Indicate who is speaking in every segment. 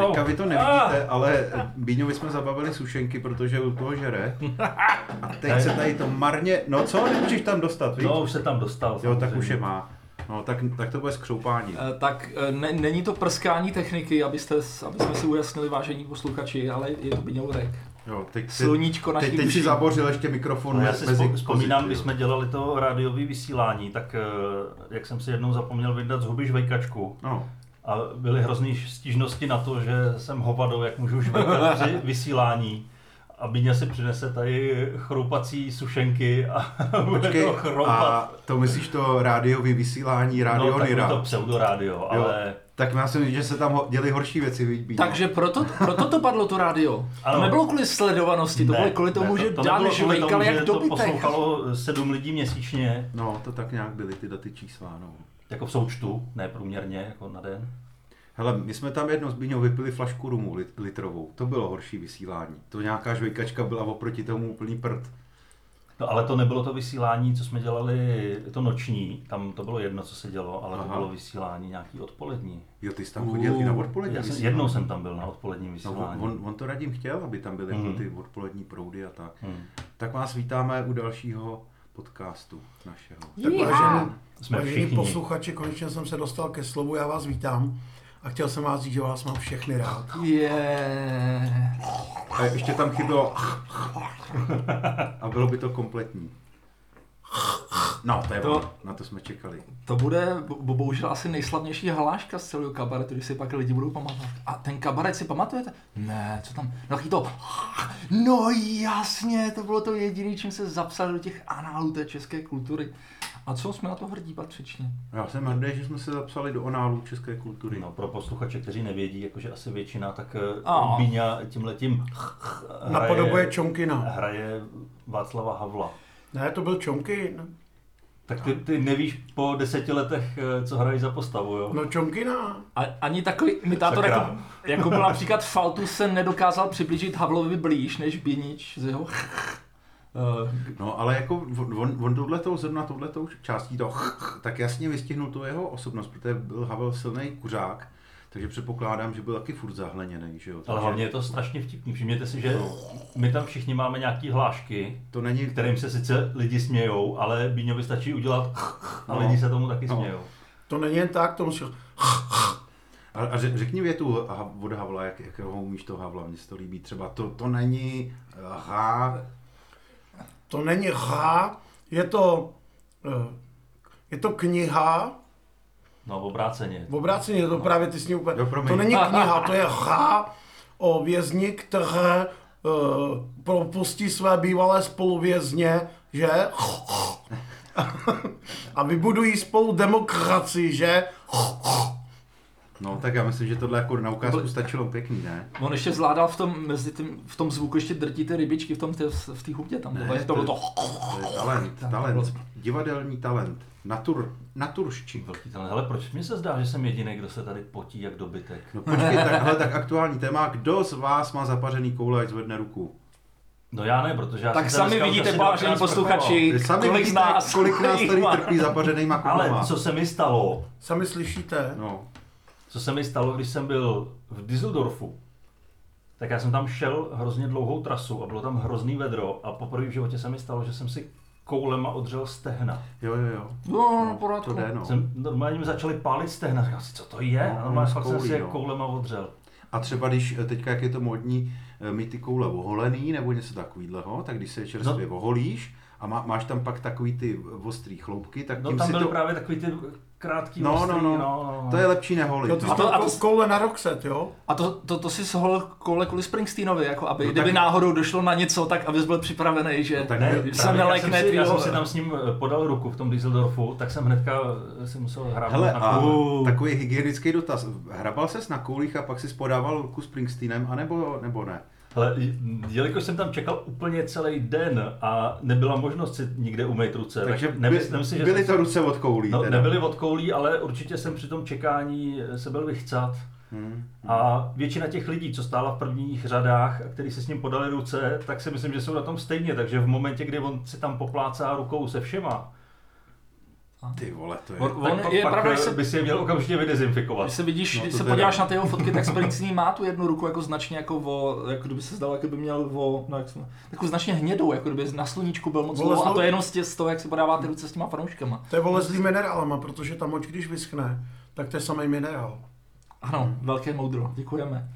Speaker 1: teďka vy to
Speaker 2: Ah.
Speaker 1: nevidíte, ale Bíňovi jsme zabavili sušenky, protože u toho žere. A teď se tady to marně... No co, nemůžeš tam dostat, víš?
Speaker 2: No, už se tam dostal.
Speaker 1: Jo, tak už je má. No, tak, tak to bude skroupání.
Speaker 3: Eh, Tak eh, ne, není to prskání techniky, abyste, s- aby jsme si ujasnili vážení posluchači, ale je to Bíňourek.
Speaker 1: Jo, teď, si-
Speaker 3: Sluníčko
Speaker 1: teď,
Speaker 3: naší
Speaker 1: teď si
Speaker 3: duší.
Speaker 1: zabořil ještě mikrofon
Speaker 2: No, já
Speaker 1: mezi
Speaker 2: si vzpo-
Speaker 1: kozy,
Speaker 2: vzpomínám,
Speaker 1: jo.
Speaker 2: když jsme dělali to rádiové vysílání, tak eh, jak jsem si jednou zapomněl vyndat z huby žvejkačku
Speaker 1: No,
Speaker 2: a byly hrozný stížnosti na to, že jsem hovado, jak můžu žvejkat při vysílání. A Bíňa si přinese tady chroupací sušenky a bude
Speaker 1: počkej,
Speaker 2: to chroupat.
Speaker 1: a to myslíš to rádiový vysílání, rádio
Speaker 2: no,
Speaker 1: no,
Speaker 2: tak je
Speaker 1: Nira?
Speaker 2: to pseudorádio,
Speaker 1: Jo.
Speaker 2: ale...
Speaker 1: Tak já si myslím, že se tam ho- děli horší věci, víš, Bíňo?
Speaker 3: Takže proto, proto to padlo to rádio. To
Speaker 2: Ano.
Speaker 3: nebylo kvůli sledovanosti, to
Speaker 2: Ne,
Speaker 3: bylo kvůli tomu,
Speaker 2: ne,
Speaker 3: že
Speaker 2: to
Speaker 3: Dan
Speaker 2: nebylo kvůli tomu,
Speaker 3: žvejkal
Speaker 2: že
Speaker 3: jak
Speaker 2: to
Speaker 3: dobytek.
Speaker 2: poslouchalo sedm lidí měsíčně,
Speaker 1: No, to tak nějak byly ty daty čísla, no.
Speaker 2: jako v součtu, ne průměrně, jako na den.
Speaker 1: Hele, my jsme tam jednou s Bíňou vypili flašku rumu lit, litrovou. To bylo horší vysílání. To nějaká žvejkačka byla oproti tomu úplný prd.
Speaker 2: No ale to nebylo to vysílání, co jsme dělali, to noční, tam to bylo jedno, co se dělo, ale to
Speaker 1: Aha.
Speaker 2: bylo vysílání nějaký odpolední.
Speaker 1: Jo, ty jsi tam chodil i na odpolední
Speaker 2: Já jsem,
Speaker 1: vysílání.
Speaker 2: jednou jsem tam byl na odpoledním
Speaker 1: No,
Speaker 2: vysílání.
Speaker 1: on, on- on to radím chtěl, aby tam byly
Speaker 2: Mhm.
Speaker 1: jako ty odpolední proudy a tak.
Speaker 2: Hmm.
Speaker 1: Tak vás vítáme u dalšího podcastu našeho.
Speaker 4: Tak vážení,
Speaker 2: Jsme
Speaker 4: vážení
Speaker 2: všichni.
Speaker 4: posluchači, konečně jsem se dostal ke slovu, já vás vítám a chtěl jsem vás říct, že vás mám všechny rád.
Speaker 3: Je.
Speaker 1: A ještě tam chybělo a bylo by to kompletní. No, to je
Speaker 3: To-
Speaker 1: to... na to jsme čekali.
Speaker 3: To bude bo- bohužel asi nejslavnější hláška z celého kabaretu, když si pak lidi budou pamatovat. A ten kabaret si pamatujete? Ne, co tam? No taky to. No jasně, to bylo to jediné, čím se zapsali do těch análů té české kultury. A co jsme na to hrdí patřičně?
Speaker 1: Já jsem hrdý, že jsme se zapsali do onálu české kultury.
Speaker 2: No, pro posluchače, kteří nevědí, jakože asi většina, tak
Speaker 3: A.
Speaker 2: oh. Bíňa tímhletím hraje-
Speaker 4: Napodobuje Čonkina.
Speaker 2: hraje Václava Havla.
Speaker 4: Ne, to byl Čonkin.
Speaker 2: Tak ty, ty nevíš po deseti letech, eh, co hrají za postavu, jo?
Speaker 4: No Čonkina.
Speaker 3: A, ani takový imitátor,
Speaker 2: Sakra.
Speaker 3: jako, jako byl například Faltu, se nedokázal přiblížit Havlovi blíž než Běnič z jeho... Eh,
Speaker 1: No, ale jako on, on, on touhletou, zrovna touhletou částí to tak jasně vystihnul tu jeho osobnost, protože byl Havel silný kuřák, takže předpokládám, že byl taky furt zahleněný, že jo?
Speaker 2: Ale
Speaker 1: Takže
Speaker 2: hlavně je to strašně vtipný. Všimněte si, že my tam všichni máme nějaký hlášky,
Speaker 1: To není...
Speaker 2: kterým se sice lidi smějou, ale Bíňovi stačí udělat a
Speaker 1: No.
Speaker 2: lidi se tomu taky
Speaker 1: No.
Speaker 2: smějou.
Speaker 4: To není jen tak, to musel.
Speaker 1: A, a ř- řekni větu ha- od Havla, jak, jak ho umíš to Havla, mně se to líbí. Třeba to, to není eh, ha,
Speaker 4: To není H, je to, eh, je to kniha.
Speaker 2: No obráceně.
Speaker 4: V obráceně je to právě ty s ním úplně.
Speaker 1: Jo, promiň.
Speaker 4: To není kniha, to je H o vězni, který eh, propustí své bývalé spoluvězně, že? A vybudují spolu demokracii, že?
Speaker 1: No tak já myslím, že tohle jako na ukázku stačilo pěkný, ne?
Speaker 3: On ještě zvládal v tom, mezi tím, v tom zvuku ještě drtí ty rybičky v tom té- v té hubě tam. Ne, to bylo to...
Speaker 1: To je talent, talent, divadelní talent, natur, naturščík.
Speaker 2: Velký talent. Hele, proč mi se zdá, že jsem jediný, kdo se tady potí jak dobytek?
Speaker 1: No počkej, tak, hele, tak aktuální téma, kdo z vás má zapařený koule, ať zvedne ruku?
Speaker 2: No já ne, protože já
Speaker 3: Tak
Speaker 2: jsem se
Speaker 3: sami
Speaker 2: dneska už
Speaker 3: vidíte,
Speaker 2: asi
Speaker 3: vážení
Speaker 2: dvakrát
Speaker 3: posluchači,
Speaker 1: Vy Sami
Speaker 3: kolik
Speaker 1: vidíte,
Speaker 3: nás,
Speaker 1: kolik nás tady
Speaker 3: má.
Speaker 1: trpí zapařenýma
Speaker 2: sprchoval.
Speaker 1: koulema.
Speaker 2: Ale co se mi stalo?
Speaker 4: Sami slyšíte?
Speaker 1: No,
Speaker 2: Co se mi stalo, když jsem byl v Düsseldorfu? Tak já jsem tam šel hrozně dlouhou trasu a bylo tam hrozný vedro a poprvé v životě se mi stalo, že jsem si koulema odřel stehna.
Speaker 1: jo, jo, jo.
Speaker 3: No, no,
Speaker 1: To
Speaker 3: pořádku.
Speaker 1: jde, no.
Speaker 2: Jsem, normálně mi začali pálit stehna, říkal si, co to je?
Speaker 1: No,
Speaker 2: a normálně
Speaker 1: s
Speaker 2: fakt jsem
Speaker 1: koulí,
Speaker 2: si je
Speaker 1: no.
Speaker 2: koulema odřel.
Speaker 1: A třeba když eh, teďka, jak je to modní, eh, mít ty koule oholený nebo něco takového, tak když se je čerstvě
Speaker 2: No.
Speaker 1: oholíš a má, máš tam pak takový ty ostrý chloupky, tak tím
Speaker 2: No tam
Speaker 1: si
Speaker 2: byly
Speaker 1: to...
Speaker 2: právě takový ty krátký
Speaker 1: No,
Speaker 2: ostrý,
Speaker 1: no, no,
Speaker 2: no.
Speaker 1: to je lepší neholit.
Speaker 4: Jo, ty
Speaker 1: no.
Speaker 4: jsi tam
Speaker 3: a to-
Speaker 4: kou- koule na Roxet, jo?
Speaker 3: A to, to, to si sohl kole kvůli Springsteenovi, jako aby,
Speaker 1: No
Speaker 3: no,
Speaker 1: tak-
Speaker 3: kdyby náhodou došlo na něco, tak abys byl připravený, že
Speaker 1: tak
Speaker 2: Ne,
Speaker 3: ne,
Speaker 2: právě,
Speaker 3: se
Speaker 2: já, jsem
Speaker 3: nelekne
Speaker 2: si, já
Speaker 3: tvýho-
Speaker 2: jsem si tam s ním eh, podal ruku v tom Düsseldorfu, tak jsem hnedka eh, si musel hrát
Speaker 1: Hele,
Speaker 2: na
Speaker 1: a
Speaker 2: koule.
Speaker 1: takový hygienický dotaz. Hrabal ses na koulích a pak si spodával ruku Springsteenem, anebo nebo ne?
Speaker 2: Hele, j- jelikož jsem tam čekal úplně celý den a nebyla možnost si nikde umýt ruce,
Speaker 1: Takže
Speaker 2: tak
Speaker 1: by,
Speaker 2: nemyslím si, že
Speaker 1: byly
Speaker 2: jsem,
Speaker 1: to ruce od koulí.
Speaker 2: no,
Speaker 1: teda.
Speaker 2: nebyly od koulí, ale určitě jsem při tom čekání eh, se byl vychcat.
Speaker 1: Hmm.
Speaker 2: A většina těch lidí, co stála v prvních řadách a kteří se s ním podali ruce, tak si myslím, že jsou na tom stejně. Takže v momentě, kdy on si tam poplácá rukou se všema,
Speaker 1: Ty vole, to je...
Speaker 3: On,
Speaker 2: Tak
Speaker 3: on
Speaker 2: pak,
Speaker 3: je
Speaker 2: pak eh,
Speaker 3: pravda, že se,
Speaker 2: by si je měl okamžitě vydezinfikovat.
Speaker 3: když se vidíš,
Speaker 1: No,
Speaker 3: no, když
Speaker 1: to
Speaker 3: se
Speaker 1: teda.
Speaker 3: podíváš na ty jeho fotky, tak Springsteen má tu jednu ruku jako značně jako vo, jako kdyby se zdal, jako by měl vo, no jak jsem, takovou značně hnědou, jako kdyby na sluníčku byl moc
Speaker 4: Vole,
Speaker 3: dlouho a to
Speaker 4: slu-
Speaker 3: je jenom z, tě, z toho, jak se podává ty ruce s těma fanouškama.
Speaker 4: To je vole zlý minerálama, protože ta moč, když vyschne, tak to je samý minerál.
Speaker 3: Ano, velké moudro, děkujeme.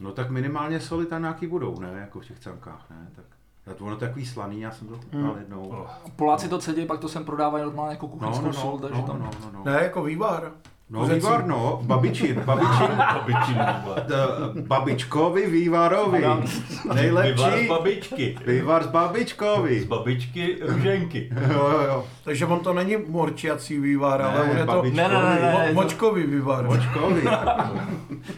Speaker 1: No tak minimálně soli tam nějaký budou, ne? Jako v těch cankách, ne? Tak... Já to ono takový slaný, já jsem to koupal
Speaker 4: Mm.
Speaker 1: jednou.
Speaker 2: Oh.
Speaker 3: Poláci to cedí, pak to sem prodávají normálně jako kuchyňskou no, no, sůl, takže
Speaker 1: no,
Speaker 3: tam...
Speaker 1: no, no, no.
Speaker 4: Ne, jako vývar.
Speaker 1: No, vývar, no, babičin, babičin,
Speaker 2: Babičin vývar.
Speaker 1: eh, babičkovi vývarovi,
Speaker 3: Adam.
Speaker 2: Vývar z
Speaker 1: nejlepší,
Speaker 2: babičky.
Speaker 1: vývar z
Speaker 2: Z
Speaker 1: babičkovi,
Speaker 2: babičky růženky.
Speaker 1: jo, jo, jo,
Speaker 4: Takže on to není morčiací vývar,
Speaker 1: Ne,
Speaker 4: ale on je to
Speaker 1: babičkovi.
Speaker 3: Ne, ne, ne, ne,
Speaker 4: mo-
Speaker 3: ne, to-
Speaker 4: močkový vývar.
Speaker 1: babičkovi.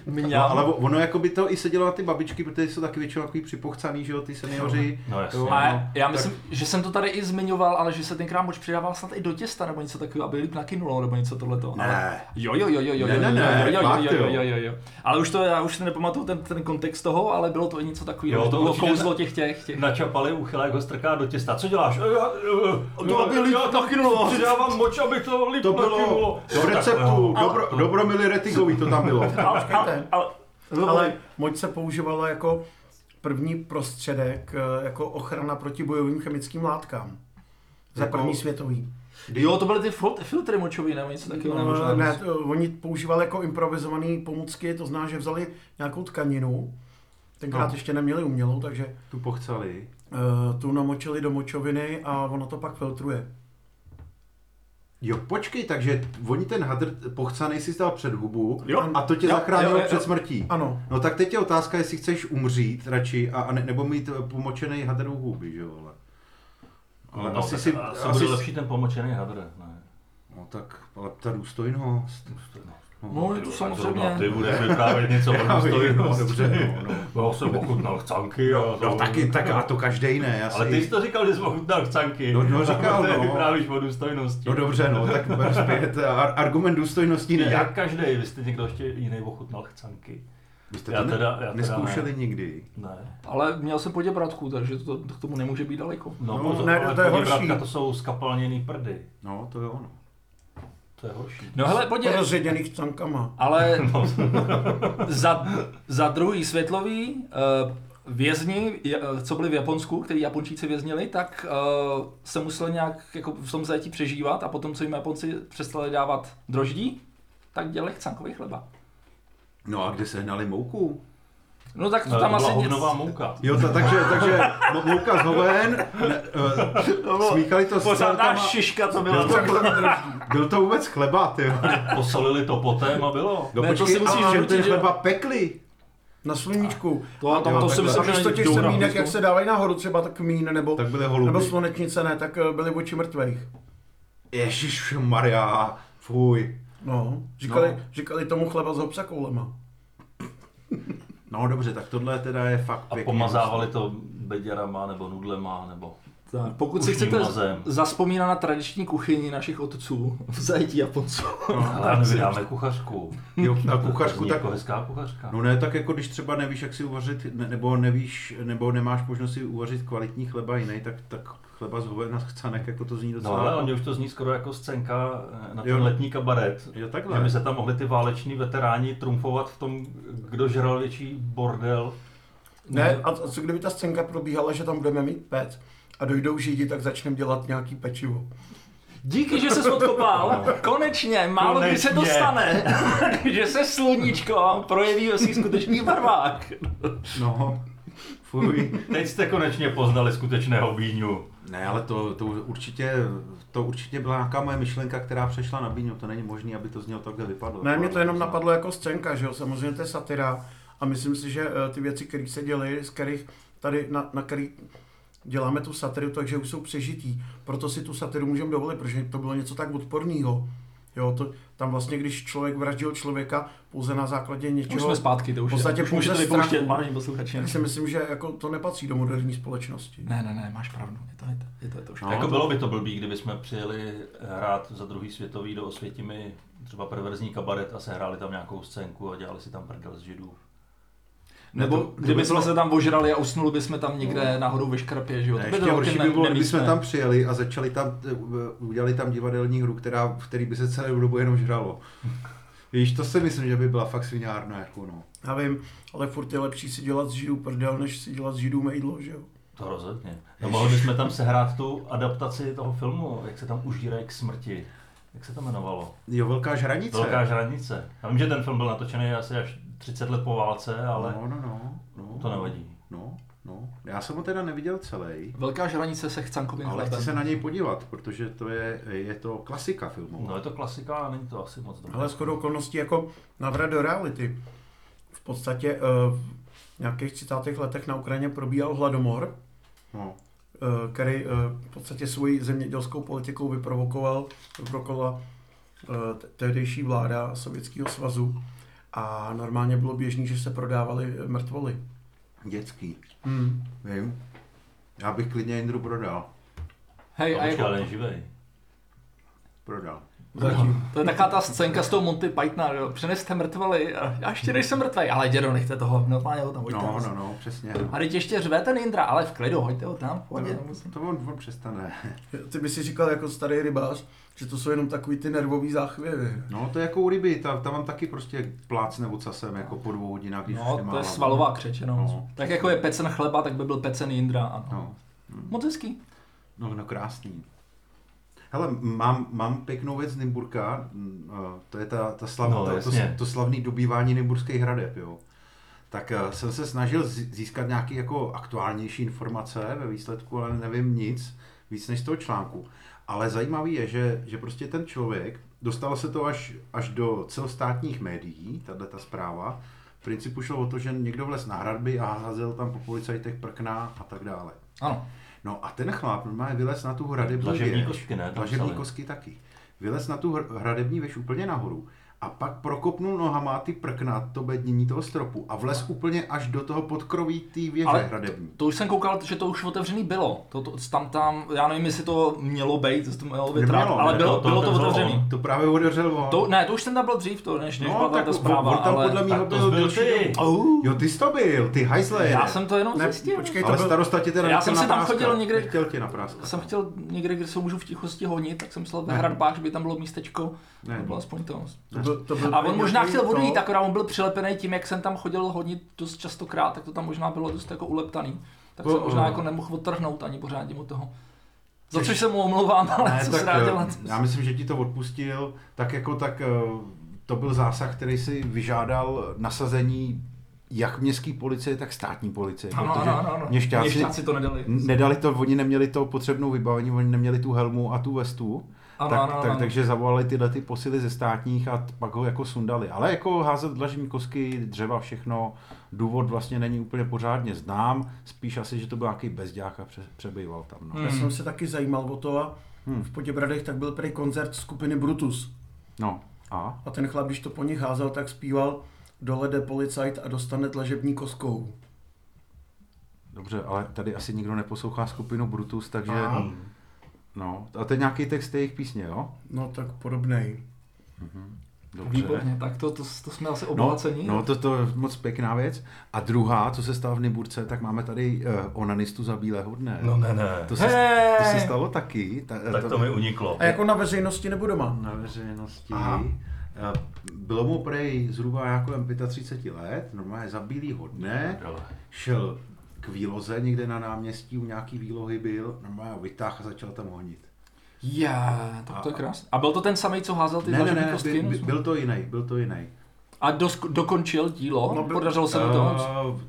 Speaker 3: Mňam.
Speaker 1: No, ale ono jako by to i sedělo na ty babičky, protože jsou taky většinou takový připochcaný, že jo, ty seniori.
Speaker 2: No jasně.
Speaker 1: Jo,
Speaker 3: A
Speaker 1: no.
Speaker 3: já myslím, tak... že jsem to tady i zmiňoval, ale že se tenkrát moč přidával snad i do těsta nebo něco takového, aby líp nakynulo nebo něco tohleto. Ale...
Speaker 1: Ne,
Speaker 3: Jo, jo, jo, jo, jo,
Speaker 1: Ne,
Speaker 3: jo,
Speaker 1: ne, ne,
Speaker 3: jo, jo,
Speaker 1: fakt,
Speaker 3: jo, jo,
Speaker 1: jo.
Speaker 3: jo, jo, jo. Ale už to, já už si nepamatuju ten, ten kontext toho, ale bylo to i něco takového,
Speaker 2: Jo,
Speaker 3: že to
Speaker 2: to
Speaker 3: bylo
Speaker 2: určitě
Speaker 3: kouzlo
Speaker 2: ne- No,
Speaker 3: těch těch, těch.
Speaker 2: Načapali uchyla, jak ho strká do těsta. Co děláš? Eh, eh, eh,
Speaker 3: To aby
Speaker 2: eh,
Speaker 3: líp
Speaker 2: já
Speaker 3: nakynulo.
Speaker 2: Přidávám moč, aby to líp
Speaker 1: to bylo
Speaker 2: nakynulo.
Speaker 1: do
Speaker 2: Tak,
Speaker 1: receptu,
Speaker 2: jo.
Speaker 1: dobro, Dobromily Retigovi to tam bylo.
Speaker 3: Ale, ale, ale,
Speaker 4: Ale moč se používala jako první prostředek, eh, jako ochrana proti bojovým chemickým látkám. Za
Speaker 1: Jako-
Speaker 4: první světový.
Speaker 3: jo, to byly ty fil- filtry močový nebo něco takového.
Speaker 4: No,
Speaker 3: možná.
Speaker 4: ne, t- oni používali jako improvizované pomůcky, to znamená, že vzali nějakou tkaninu, tenkrát
Speaker 1: No.
Speaker 4: ještě neměli umělou, takže
Speaker 1: Tu pochcali.
Speaker 4: eh, tu namočili do močoviny a ono to pak filtruje.
Speaker 1: Jo, počkej, takže oni ten hadr pochcanej si dal před hubu
Speaker 3: Jo.
Speaker 1: a to tě
Speaker 3: Jo,
Speaker 1: zachránilo
Speaker 3: jo, jo,
Speaker 1: před
Speaker 3: jo.
Speaker 1: smrtí.
Speaker 4: Ano,
Speaker 1: No tak teď je otázka, jestli chceš umřít radši, a, a ne, nebo mít eh, pomočený hadrou huby, že jo, ale. Ale
Speaker 2: No,
Speaker 1: asi
Speaker 2: tak
Speaker 1: si...
Speaker 2: asi
Speaker 1: asi
Speaker 2: bude
Speaker 1: si-
Speaker 2: lepší ten pomočený hadr. Ne.
Speaker 1: No tak, ale ta důstojnost.
Speaker 3: No, je to samozřejmě.
Speaker 2: Ty budeš vyprávět něco o důstojnosti.
Speaker 1: dobře, no,
Speaker 2: Já jsem ochutnal chcanky. a to-
Speaker 1: No taky, tak a to každý ne, jasný.
Speaker 2: Ale ty jsi to říkal, že jsi ochutnal chcanky.
Speaker 1: No, no, říkal,
Speaker 2: Ty
Speaker 1: no.
Speaker 2: vyprávíš o důstojnosti.
Speaker 1: No dobře, no, tak ber zpět. Ar- argument důstojnosti ne.
Speaker 2: Jak každý, vy jste někdo ještě jiný ochutnal chcanky.
Speaker 1: Vy jste
Speaker 2: Já
Speaker 1: to ne-
Speaker 2: teda- já teda
Speaker 1: neskoušeli
Speaker 2: ne.
Speaker 1: nikdy.
Speaker 2: Ne.
Speaker 3: ale měl jsem podě bratku, takže to, to k tomu nemůže být daleko.
Speaker 2: No,
Speaker 1: No,
Speaker 2: pozor,
Speaker 4: ne,
Speaker 2: ale
Speaker 4: to je
Speaker 2: podívej,
Speaker 4: horší.
Speaker 2: bratka, to jsou skapalněný prdy.
Speaker 1: No, to je ono.
Speaker 2: To je horší.
Speaker 3: No hele, podě,
Speaker 4: rozředěných tkankama.
Speaker 3: ale
Speaker 1: No,
Speaker 3: za, za druhý světlový eh, vězni, je- eh, co byli v Japonsku, který Japončíci věznili, tak eh, se museli nějak jako v tom zajetí přežívat a potom, co jim Japonci přestali dávat droždí, tak dělali chcankový chleba.
Speaker 1: No a kde sehnali mouku?
Speaker 3: No tak to
Speaker 2: No,
Speaker 3: tam
Speaker 2: to byla
Speaker 3: asi nic...
Speaker 2: hovnová mouka.
Speaker 1: Jo, ta, takže, takže mou- mouka z hoven, ne, eh, smíchali to s
Speaker 3: Pořádná
Speaker 1: celkama-
Speaker 3: šiška to
Speaker 1: Byl
Speaker 3: byla.
Speaker 1: to, byl to vůbec chleba, ty jo.
Speaker 2: Posolili to potem a bylo.
Speaker 1: No
Speaker 3: Ne, to si musíš
Speaker 1: ale
Speaker 3: vnutit,
Speaker 1: ten
Speaker 3: že jo.
Speaker 1: chleba pekli.
Speaker 4: Na sluníčku.
Speaker 3: To, to, to,
Speaker 1: Jo,
Speaker 3: to si
Speaker 1: takhle.
Speaker 3: myslím,
Speaker 4: A
Speaker 3: že
Speaker 4: místo těch
Speaker 3: jdou na
Speaker 4: semínek,
Speaker 3: hlídku.
Speaker 4: jak se dávají nahoru, třeba tak mín nebo,
Speaker 1: Tak byly
Speaker 4: nebo
Speaker 1: holuby.
Speaker 4: slunečnice, ne, tak eh, byly oči mrtvých.
Speaker 1: Ježíš Maria, fuj.
Speaker 4: No, říkali,
Speaker 1: No.
Speaker 4: no. říkali tomu chleba s hopsakoulema.
Speaker 1: No dobře, tak tohle teda je fakt
Speaker 2: A
Speaker 1: pěkný.
Speaker 2: pomazávali to beděrama nebo nudlema nebo...
Speaker 3: Tak, pokud si
Speaker 2: kuchním
Speaker 3: chcete
Speaker 2: mazem.
Speaker 3: zaspomínat na tradiční kuchyni našich otců v zajetí Japonců,
Speaker 2: No, Ale my vydáme kuchařku.
Speaker 1: Jo, na
Speaker 2: Kuchařku
Speaker 1: kuchařku tak...
Speaker 2: jako hezká kuchařka.
Speaker 1: No ne, tak jako když třeba nevíš, jak si uvařit, ne, nebo nevíš, nebo nemáš možnost si uvařit kvalitní chleba jiný, tak, tak chleba z hovena z chcanek, jako to zní
Speaker 2: No
Speaker 1: docela...
Speaker 2: ale oni už to zní skoro jako scénka eh, na ten
Speaker 1: Jo.
Speaker 2: letní kabaret.
Speaker 1: Jo,
Speaker 2: Že
Speaker 1: takhle.
Speaker 2: by se tam mohli ty váleční veteráni trumfovat v tom, kdo žral větší bordel.
Speaker 4: Ne, a a co kdyby ta scénka probíhala, že tam budeme mít pec a dojdou židi, tak začneme dělat nějaký pečivo.
Speaker 3: Díky, že se odkopal. Konečně, málo kdy se to
Speaker 2: Konečně.
Speaker 3: stane, že se sluníčko projeví ve svých skutečných barvách.
Speaker 1: No, fuj.
Speaker 2: Teď jste konečně poznali skutečného bíňu.
Speaker 1: Ne, ale to, to, určitě, to určitě byla nějaká moje myšlenka, která přešla na Bíňu. To není možné, aby to z něho takhle vypadlo.
Speaker 4: Ne, mě to jenom napadlo jako scénka, že jo, samozřejmě to je satira a myslím si, že eh, ty věci, které se děly, z kterých tady, na, na který děláme tu satiru, takže už jsou přežitý. Proto si tu satiru můžeme dovolit, protože to bylo něco tak odporného. Jo, to, tam vlastně, když člověk vraždil člověka pouze na základě
Speaker 3: Už
Speaker 4: něčeho,
Speaker 3: jsme zpátky, to už
Speaker 4: V podstatě
Speaker 3: už můžete
Speaker 4: pouze
Speaker 3: vypouštět,
Speaker 4: strachu.
Speaker 3: vážení posluchači.
Speaker 4: tak si myslím, že jako to nepatří do moderní společnosti.
Speaker 3: Ne, ne, ne, máš pravdu, je to, je to, je to, je to
Speaker 1: No,
Speaker 3: špatně.
Speaker 2: jako
Speaker 1: to-
Speaker 2: bylo by to blbý, kdyby jsme přijeli eh, hrát za druhý světový do Osvětimi třeba perverzní kabaret a sehráli tam nějakou scénku a dělali si tam prdel z židů.
Speaker 3: Nebo
Speaker 1: to- to by
Speaker 3: kdyby jsme
Speaker 1: bylo- No.
Speaker 3: se tam ožrali a usnuli bychom tam někde náhodou ve škrapě, že jo?
Speaker 1: Ne,
Speaker 3: To by
Speaker 1: ještě
Speaker 3: bylo
Speaker 1: horší
Speaker 3: taky
Speaker 1: by
Speaker 3: ne-
Speaker 1: bylo, kdyby
Speaker 3: nemístné.
Speaker 1: jsme tam přijeli a začali tam, t- u- udělali tam divadelní hru, která, v který by se celou dobu jenom žralo. Víš, to si myslím, že by byla fakt sviňárna, jako no.
Speaker 4: Já vím, ale furt je lepší si dělat z židů prdel, než si dělat z židů mejdlo, že jo?
Speaker 2: To rozhodně. No mohli bychom tam sehrát tu adaptaci toho filmu, jak se tam užírají k smrti. Jak se to jmenovalo?
Speaker 1: Jo, velká žranice.
Speaker 2: Velká žranice. Já vím, že ten film byl natočený asi až 30 let po válce, ale
Speaker 1: No, no, no, no.
Speaker 2: to nevadí.
Speaker 1: No, no. Já jsem ho teda neviděl celý,
Speaker 3: Velká žranice se chcankovým
Speaker 1: ale chci
Speaker 3: chlebem.
Speaker 1: se na něj podívat, protože to je, je to klasika filmu.
Speaker 2: No je to klasika, ale není to asi moc dobré.
Speaker 4: Ale shodou okolností jako navrat do reality. V podstatě eh, v nějakých 30. letech na Ukrajině probíhal hladomor,
Speaker 1: No.
Speaker 4: eh, který eh, v podstatě svojí zemědělskou politikou vyprovokoval, vyprovokovala eh, te- tehdejší vláda Sovětského svazu. A normálně bylo běžný, že se prodávaly eh, mrtvoly.
Speaker 1: Dětský.
Speaker 4: Hmm.
Speaker 1: Vím. Já bych klidně Indru prodal.
Speaker 3: Hej,
Speaker 2: No,
Speaker 3: a
Speaker 2: počkej,
Speaker 3: jako,
Speaker 2: ale je živej.
Speaker 1: Prodal.
Speaker 4: Zatím.
Speaker 3: to je taková ta scénka z toho Monty Pythona, jo. Přeneste mrtvaly, a já ještě nejsem mrtvej, ale dědo, nechte toho, no páně ho tam hoďte.
Speaker 1: No, no, no, přesně. no.
Speaker 3: A teď ještě řve ten Indra, ale v klidu, hoďte ho tam, v pohodě, nemusím.
Speaker 1: To vlastně- on, on přestane.
Speaker 4: Ty by si říkal jako starý rybář, že to jsou jenom takový ty nervový záchvěvy.
Speaker 1: No, to je jako u ryby, ta, ta vám taky prostě plácne ocasem jako po dvou hodinách, když už
Speaker 3: No,
Speaker 1: nemá
Speaker 3: to je
Speaker 1: hlavu.
Speaker 3: svalová křeč, no.
Speaker 1: No.
Speaker 3: Tak jako je pecen chleba, tak by byl pecen Indra, ano.
Speaker 1: No,
Speaker 3: Moc hezký.
Speaker 1: no, no krásný. Hele, mám, mám pěknou věc z Nymburka, mm, eh, to je ta, ta slav,
Speaker 2: No,
Speaker 1: no, to, to,
Speaker 2: jasně.
Speaker 1: to slavný dobývání Nymburských hradeb, jo. Tak eh, jsem se snažil z- získat nějaké jako aktuálnější informace ve výsledku, ale nevím nic víc než z toho článku. Ale zajímavý je, že, že prostě ten člověk, dostalo se to až, až do celostátních médií, tahle ta zpráva, v principu šlo o to, že někdo vlez na hradby a házel tam po policajtech prkna a tak dále.
Speaker 3: Ano.
Speaker 1: No a ten chlap normálně vylez na tu hradební
Speaker 2: Dlažební
Speaker 1: věž.
Speaker 2: kostky, ne? Tam
Speaker 1: Dlažební
Speaker 2: psali.
Speaker 1: kostky taky. Vylez na tu hr- hradební věž úplně nahoru. A pak prokopnul nohama ty prkna, to bednění toho stropu a vlez úplně až do toho podkroví té věže
Speaker 3: Ale-
Speaker 1: Ale... hradební.
Speaker 3: To už jsem koukal, že to už otevřený bylo. To, to tam, tam, já nevím, jestli to mělo být, jestli to mělo být
Speaker 1: Nemělo,
Speaker 3: rád, ale
Speaker 1: ne,
Speaker 3: bylo
Speaker 2: to- to
Speaker 3: to, bylo to
Speaker 2: otevřel
Speaker 3: otevřený.
Speaker 1: To právě odevřel on.
Speaker 3: To, ne, to už jsem tam byl dřív, to než, než
Speaker 1: No,
Speaker 3: byla
Speaker 1: tak
Speaker 3: ta
Speaker 1: on-
Speaker 3: zpráva,
Speaker 1: on tam
Speaker 3: ale...
Speaker 1: podle mě
Speaker 2: Tak
Speaker 1: ho
Speaker 2: to
Speaker 1: byl
Speaker 2: byl
Speaker 1: delší
Speaker 2: ty.
Speaker 1: dobu.
Speaker 3: Au,
Speaker 1: Jo, ty jsi to byl, ty hajzle.
Speaker 3: já jsem to jenom
Speaker 4: Ne,
Speaker 3: zjistil.
Speaker 4: počkej, to
Speaker 1: Ale
Speaker 4: byl-
Speaker 1: starosta tě teda
Speaker 3: Já
Speaker 1: nechtěl
Speaker 3: jsem si tam
Speaker 1: napráskat.
Speaker 3: chodil někde-
Speaker 1: Nechtěl tě napráskat.
Speaker 3: jsem chtěl někde, kde se můžu v tichosti honit, tak jsem myslel ve
Speaker 1: Ne.
Speaker 3: hradbách, že by tam bylo místečko.
Speaker 1: Ne.
Speaker 3: To bylo aspoň to.
Speaker 4: To byl, to byl
Speaker 3: A on
Speaker 4: prý
Speaker 3: možná
Speaker 4: nějaký
Speaker 3: chtěl
Speaker 4: to-
Speaker 3: odejít, akorát on byl přilepený tím, jak jsem tam chodil honit dost častokrát, tak to tam možná bylo dost jako uleptaný. Tak jsem
Speaker 1: Po-
Speaker 3: možná jako nemohl odtrhnout ani pořádně mu toho. Za což se mu omlouvám, ale co se dá
Speaker 1: eh,
Speaker 3: dělat.
Speaker 1: Já myslím, že ti to odpustil, tak jako tak eh, to byl zásah, který si vyžádal nasazení jak městský policie, tak státní policie.
Speaker 3: Ano,
Speaker 1: protože
Speaker 3: ano, ano, ano.
Speaker 1: Měšťáci,
Speaker 3: Měšťáci to nedali.
Speaker 1: nedali to, oni neměli to potřebnou vybavení, oni neměli tu helmu a tu vestu.
Speaker 3: Ano,
Speaker 1: tak,
Speaker 3: ano,
Speaker 1: tak,
Speaker 3: ano.
Speaker 1: Takže zavolali tyhle ty posily ze státních a t- pak ho jako sundali. Ale jako házet dlažní kosky, dřeva, všechno, důvod vlastně není úplně pořádně znám, spíš asi, že to byl nějaký bezďák a pře- přebýval tam. No.
Speaker 4: Já jsem se taky zajímal o to a
Speaker 1: Hmm.
Speaker 4: v Poděbradech tak byl prý koncert skupiny Brutus.
Speaker 1: no. A?
Speaker 4: A ten chlap, když to po nich házel, tak zpíval dole jde policajt a dostane dlažební koskou.
Speaker 1: Dobře, ale tady asi nikdo neposlouchá skupinu Brutus, takže...
Speaker 4: Aha.
Speaker 1: No, a to je nějaký text jejich písně, jo?
Speaker 4: No tak podobnej.
Speaker 1: Dobře.
Speaker 3: Výborně, tak to, to, to jsme asi obohacení.
Speaker 1: No, no to, to je moc pěkná věc. A druhá, co se stalo v Niburce, tak máme tady uh, onanistu za bílého dne.
Speaker 4: No.
Speaker 2: ne, ne.
Speaker 1: to, se, to se stalo taky. Ta,
Speaker 2: Tak to mi uniklo.
Speaker 4: A jako na veřejnosti nebo doma?
Speaker 1: na veřejnosti.
Speaker 4: Aha.
Speaker 1: Eh, Bylo mu prej zhruba jako já kolem 35 let, normálně za bílýho dne,
Speaker 2: Prdele.
Speaker 1: šel k výloze někde na náměstí, u nějaký výlohy byl, normálně ho vytáhl a začal tam honit.
Speaker 3: Já, tak to je krásné. A byl to ten samý, co házel ty
Speaker 1: Ne, ne,
Speaker 3: dlažební
Speaker 1: ne,
Speaker 3: kostky?
Speaker 1: by, by, byl to jiný, byl to jiný.
Speaker 3: A dosk- dokončil dílo?
Speaker 4: No,
Speaker 3: No,
Speaker 4: byl-
Speaker 3: Podařilo se mu to?
Speaker 1: Eh,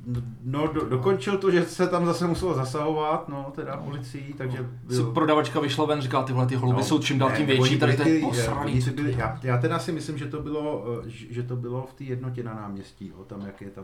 Speaker 1: No, do, dokončil to, že se tam zase muselo zasahovat, no, teda policií, takže...
Speaker 3: Si prodavačka vyšla ven, říká, tyhle ty holuby
Speaker 1: No,
Speaker 3: jsou čím dál
Speaker 1: ne,
Speaker 3: tím
Speaker 1: oni
Speaker 3: větší, tady to
Speaker 1: byli
Speaker 3: je
Speaker 1: ty, eh,
Speaker 3: posraný.
Speaker 1: oni si byli- já, já teda si myslím, že to bylo, eh, že že to bylo v té jednotě na náměstí, jo, tam jak je tam.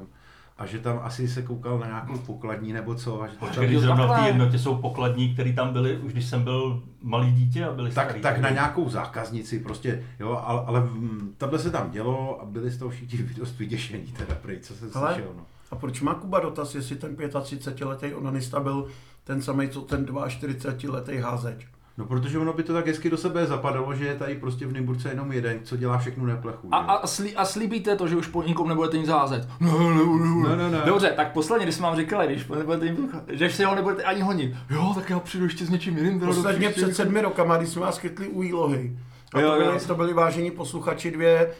Speaker 1: A že tam asi se koukal na nějakou pokladní nebo co. A že to
Speaker 2: Počkej,
Speaker 1: tam,
Speaker 2: když zrovna v té
Speaker 3: takhle.
Speaker 2: jednotě jsou pokladní, které tam byly, už když jsem byl malý dítě a byli
Speaker 1: tak,
Speaker 2: starý.
Speaker 1: tak na nějakou zákaznici prostě, jo, ale, ale mm, tohle se tam dělo a byli z toho všichni dost vyděšení teda prej, co jsem
Speaker 4: Ale-
Speaker 1: slyšel, no.
Speaker 4: A proč má Kuba dotaz, jestli ten 35-letý onanista byl ten samý, co ten 42-letý házeč?
Speaker 1: No protože ono by to tak hezky do sebe zapadalo, že je tady prostě v Nymburce jenom jeden, co dělá všechnu neplechu.
Speaker 3: A,
Speaker 1: že?
Speaker 3: a, slí, a slíbíte to, že už po nikom nebudete nic házet. No, Ne, ne, ne,
Speaker 1: Ne, ne, ne.
Speaker 3: Dobře, tak posledně, když jsme vám říkali, když po- nebudete jim, že si ho nebudete ani honit. Jo, tak já přijdu ještě s něčím jiným. teda do
Speaker 4: Posledně
Speaker 3: příště.
Speaker 4: před sedmi rokama, když jsme vás chytli u Jílohy. A
Speaker 3: Jo,
Speaker 4: to
Speaker 3: jo.
Speaker 4: byly, to byly vážení posluchači dvě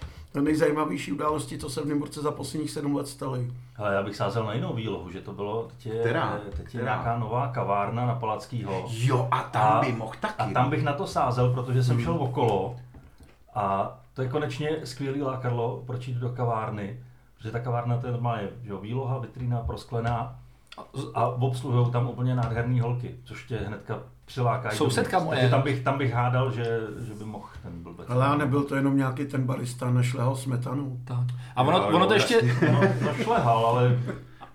Speaker 4: nejzajímavější události, co se v Nymburce za posledních sedm let staly.
Speaker 2: Ale já bych sázel na jinou výlohu, že to bylo, teď je,
Speaker 1: Která?
Speaker 2: Teď je
Speaker 1: Která?
Speaker 2: nějaká nová kavárna na Palackýho.
Speaker 1: Jo, a tam by mohl taky. no. Hmm.
Speaker 2: A tam bych na to sázel, protože jsem šel okolo. A to je konečně skvělý lákadlo, proč jít do kavárny. Protože ta kavárna to je normálně že jo, výloha, vitrína, prosklená. A obsluhují tam úplně nádherný holky, což tě hnedka přiláká. i
Speaker 3: Sousedka
Speaker 2: dovnitř.
Speaker 3: moje.
Speaker 2: Takže tam bych, tam bych hádal, že, že by mohl ten blbec.
Speaker 4: Ale já nebyl to jenom nějaký ten barista, našleho smetanu.
Speaker 3: Tak. A ono,
Speaker 1: Jo,
Speaker 3: ono to
Speaker 1: jo,
Speaker 3: ještě...
Speaker 2: No, našlehal, ale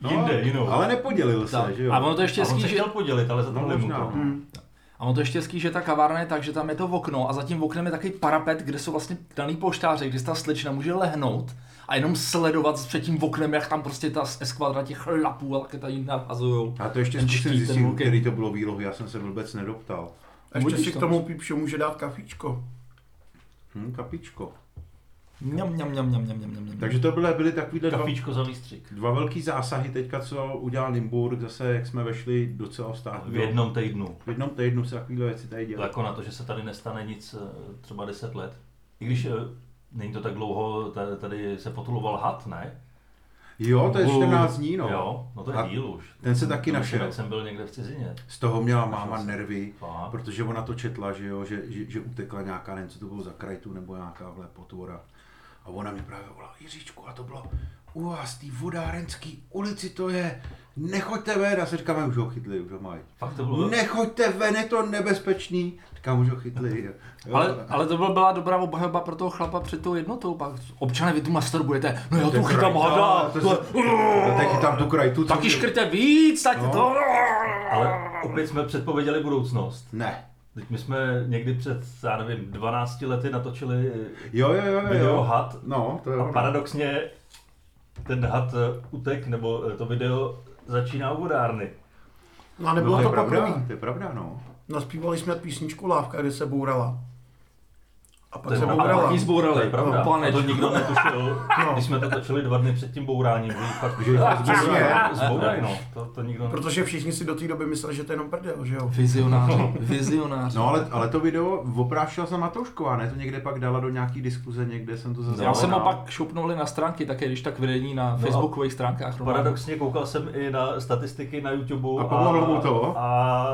Speaker 1: No,
Speaker 2: jinde, jinou.
Speaker 1: Ale nepodělil
Speaker 3: Tak.
Speaker 1: se, že jo?
Speaker 3: A ono to
Speaker 2: A
Speaker 3: ještě
Speaker 2: on se
Speaker 3: skýže,
Speaker 2: chtěl podělit, ale za to
Speaker 1: No,
Speaker 2: nemohl.
Speaker 1: možná.
Speaker 3: A ono to ještě hezký, že ta kavárna je tak, že tam je to okno a za tím oknem je takový parapet, kde jsou vlastně daný poštáře, kde si ta slečna může lehnout a jenom sledovat před tím oknem, jak tam prostě ta eskvadra těch chlapů a také tady navazujou.
Speaker 1: A to ještě
Speaker 3: Ten
Speaker 1: zkusím
Speaker 3: štít, ten
Speaker 1: zjistit,
Speaker 3: lukem.
Speaker 1: který to bylo výlohy, já jsem se vůbec nedoptal.
Speaker 4: A ještě
Speaker 3: Budíš
Speaker 4: si k
Speaker 3: to.
Speaker 4: tomu pípšu může dát kafíčko.
Speaker 1: Hm, kapičko.
Speaker 3: Mňam, mňam, mňam, mňam, mňam, mňam, mňam.
Speaker 1: Takže to byly, byly takovýhle dva,
Speaker 2: Kafíčko za výstřik.
Speaker 1: dva velký zásahy teďka, co udělal Nimburg, zase jak jsme vešli do celého státu.
Speaker 2: V jednom týdnu.
Speaker 1: v jednom týdnu se takovýhle věci tady
Speaker 2: To
Speaker 1: dělají.
Speaker 2: Jako na to, že se tady nestane nic eh, třeba 10 let. I když eh, není to tak dlouho, ta- tady se potuloval had, ne?
Speaker 1: Jo, to je 14 dní, no.
Speaker 2: Jo, no to je
Speaker 1: A
Speaker 2: díl už.
Speaker 1: ten se taky
Speaker 2: To myslím,
Speaker 1: našel.
Speaker 2: Jak jsem byl někde v cizině.
Speaker 1: Z toho měla máma
Speaker 2: Našel se.
Speaker 1: nervy,
Speaker 2: Fakt.
Speaker 1: protože ona to četla, že, jo, že, že, že utekla nějaká, nevím, co to bylo za krajtu nebo nějaká vle, potvora. A ona mi právě volala, Jiříčku, a to bylo u vás, té vodárenský ulici to je, nechoďte ven. A se říkáme, už ho chytli, už ho mají.
Speaker 2: Fakt to bylo.
Speaker 1: Nechoďte ven, je to nebezpečný. Říkám, už ho chytli. Jo,
Speaker 3: Ale, ale to byl- byla dobrá obhajoba pro toho chlapa před tou jednotou. Pak občané, vy tu masturbujete. No já
Speaker 1: To je
Speaker 3: tu chytám
Speaker 1: krajta,
Speaker 3: hada.
Speaker 1: to
Speaker 3: to-
Speaker 1: se- No, tak chytám tu krajtu. co
Speaker 3: Taky
Speaker 1: mě-
Speaker 3: škrte víc, tak
Speaker 1: No.
Speaker 3: to.
Speaker 2: Ale opět jsme předpověděli budoucnost.
Speaker 1: Ne.
Speaker 2: Teď my jsme někdy před, já nevím, 12 lety natočili
Speaker 1: Jo, jo, jo, jo.
Speaker 2: video
Speaker 1: jo.
Speaker 2: had
Speaker 1: No, to je
Speaker 2: a
Speaker 1: ono.
Speaker 2: paradoxně ten had eh, utek, nebo eh, to video začíná u vodárny.
Speaker 4: No a
Speaker 1: No,
Speaker 4: nebylo
Speaker 1: to je
Speaker 4: to poprvé.
Speaker 1: pravda, to je pravda, no.
Speaker 4: Naspívali jsme písničku Lávka, kde se bourala. A pak
Speaker 2: To je
Speaker 4: se
Speaker 2: pravda.
Speaker 4: bourala.
Speaker 3: Taky zbourali.
Speaker 2: To je pravda.
Speaker 3: No,
Speaker 2: a
Speaker 3: panečku.
Speaker 2: to nikdo netušil,
Speaker 4: No.
Speaker 2: když jsme to točili dva dny před tím bouráním. Že ji fakt,
Speaker 1: Že ji fakt
Speaker 2: Že ji
Speaker 1: zbourali.
Speaker 2: fakt zbourali, no. To, to nikdo ne...
Speaker 4: Protože všichni si do té doby mysleli, že to je jenom prdel, že jo?
Speaker 3: Vizionáři, vizionáři.
Speaker 1: No ale, ale to video oprášila jsem Matoušková, ne? To někde pak dala do nějaký diskuze, někde jsem to zase
Speaker 3: Já jsem ho
Speaker 1: zaznamenal.
Speaker 3: pak šoupnuli na stránky, také když tak vedení
Speaker 1: No,
Speaker 3: na facebookových stránkách.
Speaker 2: Paradoxně koukal jsem i na statistiky na YouTube
Speaker 1: A pomohlo mu to?
Speaker 2: a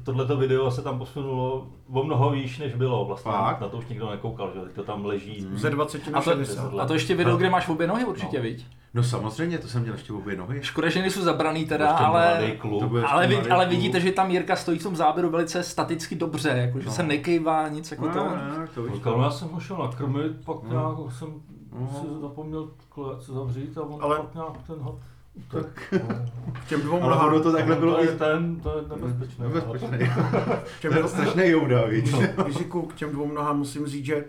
Speaker 2: e, tohleto video se tam posunulo o mnoho výš, než bylo vlastně.
Speaker 1: Fakt?
Speaker 2: Na to už nikdo nekoukal, že? Teď to tam leží. prostě
Speaker 4: Ze 20
Speaker 3: A
Speaker 4: na
Speaker 3: to,
Speaker 4: 60.
Speaker 3: a to ještě video, kde máš obě nohy určitě, no. viď?
Speaker 1: No samozřejmě, to jsem měl ještě obě nohy.
Speaker 3: Škoda, že nejsou zabraný teda,
Speaker 2: Ještě
Speaker 3: ale...
Speaker 2: mladý kluk.
Speaker 1: To bude
Speaker 3: Ale,
Speaker 1: ještě
Speaker 3: vid,
Speaker 1: mladý
Speaker 3: ale
Speaker 1: kluk.
Speaker 3: vidíte, že tam Jirka stojí v tom záběru velice staticky dobře, jako, že no. se nekejvá nic jako
Speaker 1: No,
Speaker 3: to.
Speaker 1: no, no, to víš.
Speaker 2: Říkal, já jsem ho šel nakrmit, pak nějak jsem si zapomněl klec zavřít a on
Speaker 4: Ale-
Speaker 2: pak nějak ten ho... No.
Speaker 4: K těm dvou
Speaker 1: Ale ono
Speaker 4: nohám,
Speaker 1: to takhle bylo
Speaker 2: to
Speaker 1: i...
Speaker 2: je ten, to je nebezpečné. no.
Speaker 1: Nebezpečný.
Speaker 4: k
Speaker 1: To je
Speaker 4: těm,
Speaker 1: strašný jouda, víš.
Speaker 4: No. Jiříku, k těm dvou nohám musím říct, že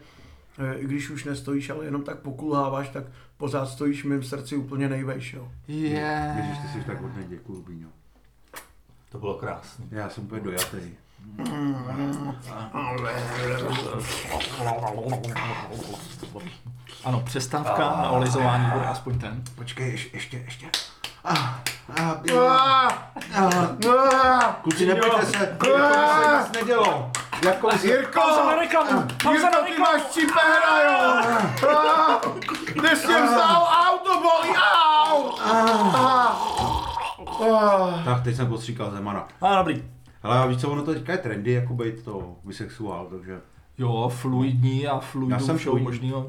Speaker 4: eh, i když už nestojíš, ale jenom tak pokulháváš, tak pořád stojíš v mém srdci úplně nejvejš, jo.
Speaker 3: Je.
Speaker 1: Ježiš, ty jsi tak hodný, děkuju, Bíňo.
Speaker 2: To bylo krásné.
Speaker 1: Já jsem úplně dojatý.
Speaker 3: Ano, přestávka na olizování bude aspoň ten.
Speaker 1: Počkej, ještě, ještě, ještě. Ah, ah, Bíňo. Ah, Kluci, nebojte se, jako se nic nedělo. Jako se...
Speaker 3: Pauza na reklamu! Pauza na reklamu!
Speaker 4: máš čipéra, jo! Kde jsi vzal auto, bolí, au!
Speaker 1: Tak, teď jsem postříkal Zemana.
Speaker 3: A dobrý.
Speaker 1: Ale víš co, ono to teďka je trendy, jako být to bisexuál, takže...
Speaker 3: Jo, fluidní a fluidum
Speaker 1: Já jsem
Speaker 3: všeho
Speaker 1: fluidní.
Speaker 3: možného.